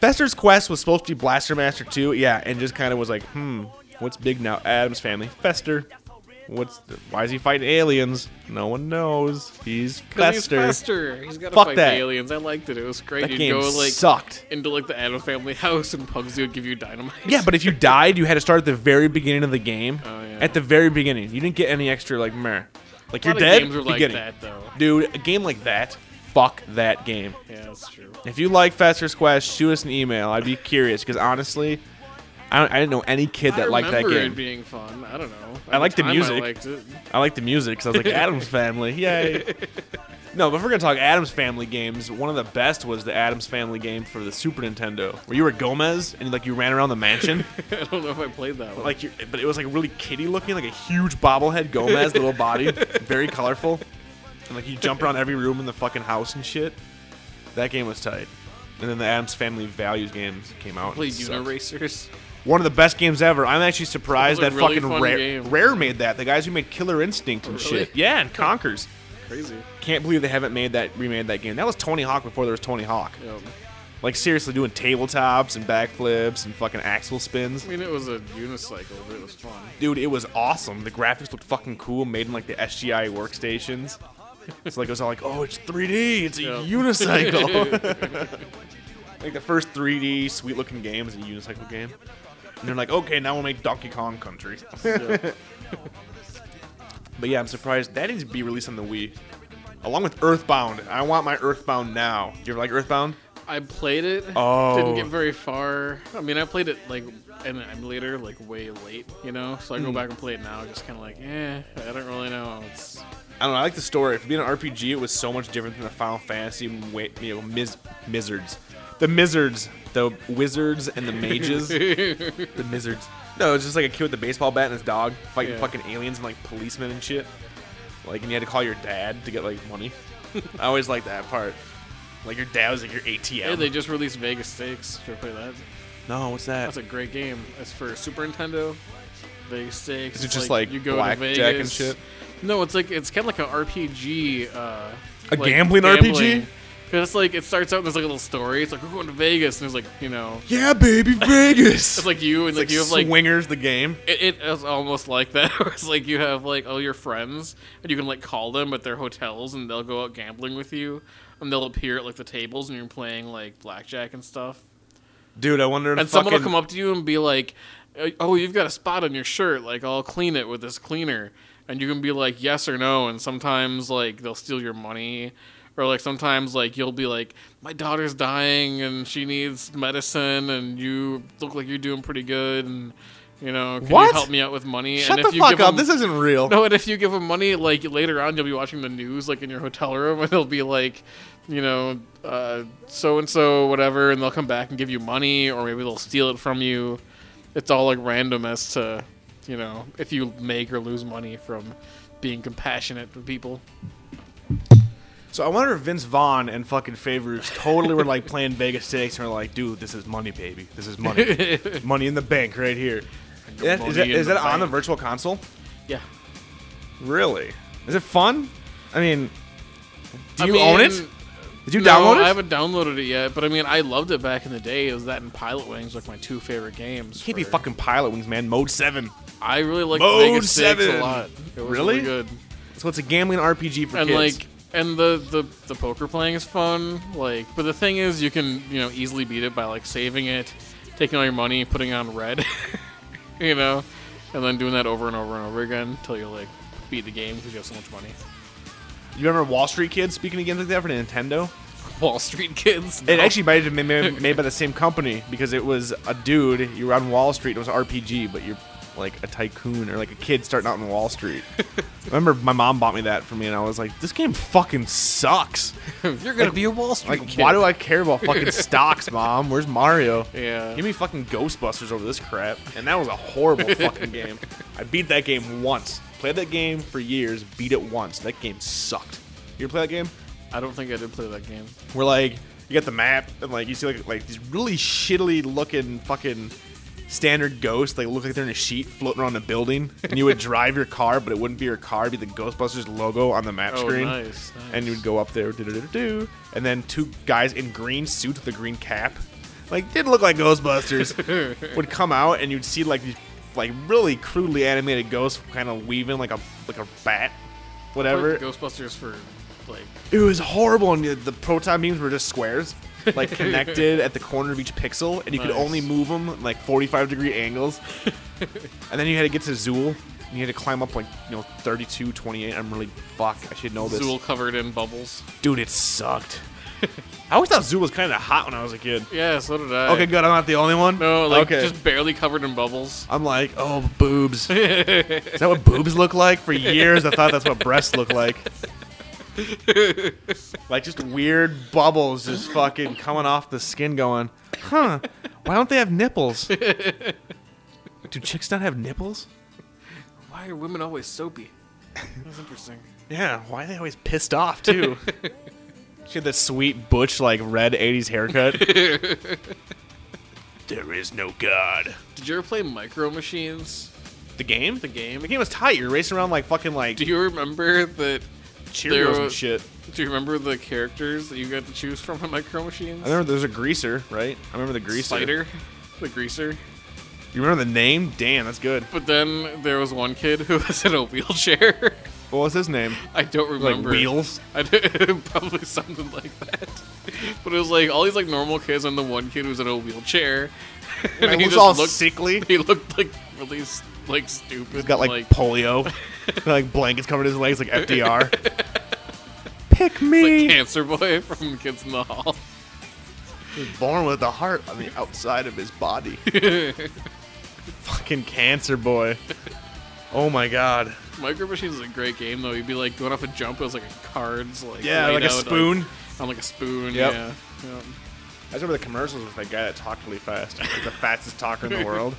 C: Fester's Quest was supposed to be Blaster Master 2, yeah, and just kind of was like, hmm, what's big now? Adam's family. Fester. What's the, why is he fighting aliens? No one knows. He's
B: 'Cause he's
C: Fester.
B: faster. He's got to
C: Fuck
B: fight
C: that.
B: the aliens. I liked it. It was great.
C: That
B: You'd
C: game
B: go like
C: sucked.
B: into like the Adam family house, and Pugsy would give you dynamite.
C: Yeah, but if you died, you had to start at the very beginning of the game.
B: Oh, yeah.
C: At the very beginning, you didn't get any extra like meh. Like
B: a
C: you're
B: lot of
C: dead.
B: games were
C: you're
B: like
C: getting.
B: that though.
C: Dude, a game like that, fuck that game.
B: Yeah, that's true.
C: If you like Fester's Quest, shoot us an email. I'd be curious because honestly, I, don't, I didn't know any kid that
B: I
C: liked that
B: remember
C: game.
B: It being fun. I don't know. At
C: I liked the
B: time,
C: music.
B: I liked it.
C: I liked the music because I was like Adam's Family, yay! no, but if we're gonna talk Adam's Family games, one of the best was the Adam's Family game for the Super Nintendo, where you were Gomez and like you ran around the mansion.
B: I don't know if I played that
C: But
B: one.
C: like, you but it was like really kitty looking, like a huge bobblehead Gomez, little body, very colorful, and like you jump around every room in the fucking house and shit. That game was tight. And then the Adams Family Values games came out.
B: I
C: and
B: played
C: it
B: Uno
C: sucked.
B: Racers.
C: One of the best games ever. I'm actually surprised
B: That
C: that,
B: was a really
C: fucking
B: fun
C: Rare,
B: game.
C: Rare made that. The guys who made Killer Instinct and
B: Really?
C: shit. Yeah, and Conkers.
B: Crazy.
C: Can't believe they haven't made that remade that game. That was Tony Hawk before there was Tony Hawk.
B: Yeah.
C: Like seriously, doing tabletops and backflips and fucking axle spins.
B: I mean, it was a unicycle, but it was fun.
C: Dude, it was awesome. The graphics looked fucking cool, made in like the SGI workstations. It's like it was all like, oh, it's 3D, it's a
B: Yeah.
C: unicycle. like the first 3D sweet looking game is a unicycle game. And they're like, okay, now we'll make Donkey Kong Country.
B: Yeah.
C: But yeah, I'm surprised that needs to be released on the Wii. Along with Earthbound. I want my Earthbound now. You ever like Earthbound?
B: I played it.
C: Oh.
B: Didn't get very far. I mean, I played it like in an emulator, like way late, you know. So I
C: Hmm.
B: go back and play it now, just kind of like, eh, I don't really know. It's
C: I don't know. I like the story. For being an RPG, it was so much different than the Final Fantasy. wa- You know, mis- Mizards, the Mizards, the wizards and the mages, the Mizards. No, it's just like a kid with a baseball bat and his dog fighting
B: Yeah.
C: fucking aliens and like policemen and shit. Like, and you had to call your dad to get like money. I always liked that part. Like your dad was like your ATM.
B: Hey, they just released Vegas Stakes. Should I play that?
C: no, what's that?
B: That's a great game. It's for Super Nintendo. Vegas Stakes.
C: Is it just like blackjack and shit?
B: No, it's like it's kind of like an RPG. Uh,
C: A gambling RPG?
B: Because it's like it starts out and there's like a little story. It's like we're going to Vegas and there's like you know
C: yeah, baby, Vegas.
B: it's like you and like, you have like
C: swingers the game.
B: it, it is almost like that. where it's like you have like all your friends, and you can like call them at their hotels, and they'll go out gambling with you, and they'll appear at like the tables, and you're playing like blackjack and stuff.
C: Dude, I wonder if
B: And someone will come up to you and be like, "Oh, you've got a spot on your shirt. Like, I'll clean it with this cleaner." And you can be like, "Yes or no." And sometimes like they'll steal your money, or like sometimes like you'll be like, "My daughter's dying and she needs medicine, and you look like you're doing pretty good, and you know, can you
C: What?
B: help me out with money?"
C: Shut
B: and
C: the
B: if you
C: fuck
B: give
C: up.
B: them-
C: this isn't real.
B: no, and if you give them money, like later on, you'll be watching the news, like in your hotel room, and they'll be like, you know, so and so, whatever, and they'll come back and give you money, or maybe they'll steal it from you. It's all like random as to, you know, if you make or lose money from being compassionate to people.
C: So I wonder if Vince Vaughn and fucking Favors totally were like playing Vegas stakes and were like, dude, this is money, baby. This is money. money in the bank right here. Is that,
B: Money
C: is that,
B: in
C: is
B: the
C: that on the
B: bank.
C: virtual console?
B: Yeah.
C: Really? Is it fun? I mean, do
B: I
C: you own it?
B: mean,
C: Did you
B: no,
C: download it?
B: I haven't downloaded it yet, but I mean, I loved it back in the day. It was that and Pilot Wings, like my two favorite games.
C: Can't be
B: for-
C: fucking Pilot Wings, man. Mode 7.
B: I really liked
C: Mode
B: Vegas Stakes a
C: Seven.
B: lot. It was
C: Really?
B: good.
C: So it's a gambling RPG for
B: and
C: kids.
B: like and the, the the poker playing is fun like but the thing is you can you know easily beat it by like saving it taking all your money putting it on red you know and then doing that over and over and over again until you like beat the game because you have so much money
C: you remember Wall Street Kids speaking of games like that for Nintendo?
B: wall street kids
C: It
B: no.
C: actually might have been made, made by the same company because it was a dude. You were on Wall Street. It was an RPG, but you're like a tycoon or like a kid starting out on Wall Street. I remember my mom bought me that for me, and I was like, "This game fucking sucks.
B: you're gonna be a wall street
C: Like,
B: kid.
C: why do I care about fucking stocks, mom? Where's Mario?
B: Yeah.
C: Give me fucking Ghostbusters over this crap." And that was a horrible fucking game. I beat that game once. Played that game for years. Beat it once. That game sucked. You ever play that game?
B: i don't think i did play that game
C: where like you get the map and like you see like like these really shittily looking fucking standard ghosts. They look like they're in a sheet floating around a building, and you would drive your car, but it wouldn't be your car. It'd be the Ghostbusters logo on the map
B: Oh,
C: screen.
B: nice,
C: And you
B: nice.
C: would go up there, do and then two guys in green suits with a green cap, like didn't look like Ghostbusters, would come out, and you'd see like these like really crudely animated ghosts kind of weaving like a like a bat,
B: I
C: whatever.
B: played the ghostbusters for like
C: It was horrible, and the- the proton beams were just squares, like connected at the corner of each pixel, and you could
B: Nice.
C: only move them like 45 degree angles. and then you had to get to Zool, and you had to climb up like you know 32, 28. I'm really fuck. I should know this,
B: zool covered in bubbles
C: dude. It sucked. I always thought Zool was kind of hot when I was a kid.
B: yeah so did i
C: Okay, good. I'm not the only one.
B: no like
C: okay.
B: just barely covered in bubbles
C: I'm like, oh, boobs. Is that what boobs look like? For years, I thought that's what breasts look like. Like just weird bubbles just fucking coming off the skin, going, huh? Why don't they have nipples? Do chicks not have nipples?
B: why are women always soapy that's interesting
C: Yeah, why are they always pissed off too? she had this sweet butch like red '80s haircut. there is no god.
B: Did you ever play Micro Machines?
C: The game,
B: The game?
C: the game was tight. You're racing around like fucking like
B: Do you remember that? there
C: Cheerios and
B: was-
C: shit.
B: Do you remember the characters that you got to choose from in Micro Machines?
C: I remember there's a greaser, right? I remember the greaser.
B: Spider, the greaser.
C: You remember the name? Damn, that's good.
B: But then there was one kid who was in a wheelchair.
C: What was his name?
B: I don't
C: Like
B: remember.
C: wheels.
B: I don't- probably something like that. But it was like all these like normal kids and the one kid who was in a wheelchair. And
C: It
B: he
C: was
B: just
C: all
B: looked.
C: sickly.
B: He looked like really s- like stupid.
C: He's got like,
B: like
C: polio. Got, like blankets covered his legs, like FDR. Pick
B: like
C: me.
B: cancer boy from Kids in the Hall.
C: He was born with a heart on the outside of his body. Fucking cancer boy. Oh my god.
B: Micro Machines is a great game though. You'd be like going off a jump. It was like a cards, like
C: Yeah,
B: laid
C: like a
B: out,
C: spoon.
B: on like a spoon.
C: Yep.
B: Yeah. Yep.
C: I just remember the commercials with that guy that talked really fast, like the fastest talker in the world.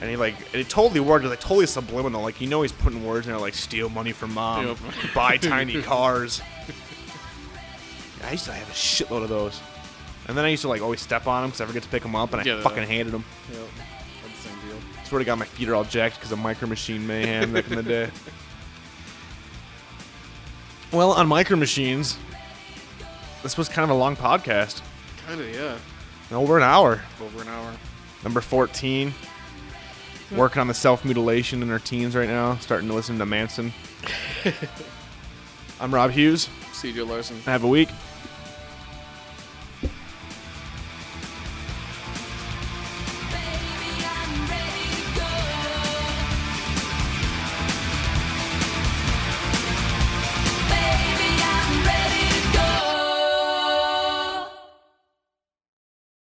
C: And he like, and it totally worked. It was like totally subliminal. Like you know, he's putting words in there, like steal money from mom,
B: Yep.
C: buy tiny cars. I I used to have a shitload of those. And then I used to like always step on them because I forget to pick them up, and I
B: Yeah.
C: fucking hated them.
B: Yep. That's the same deal.
C: Swear to God, my feet are all jacked because of Micro Machine mayhem back in the day. Well, on Micro Machines, this was kind of a long podcast,
B: Kind of, yeah.
C: over an hour.
B: Over an hour.
C: Number fourteen, working on the self mutilation in her teens right now, starting to listen to Manson. I'm Rob Hughes.
B: CJ Larson.
C: Have a week.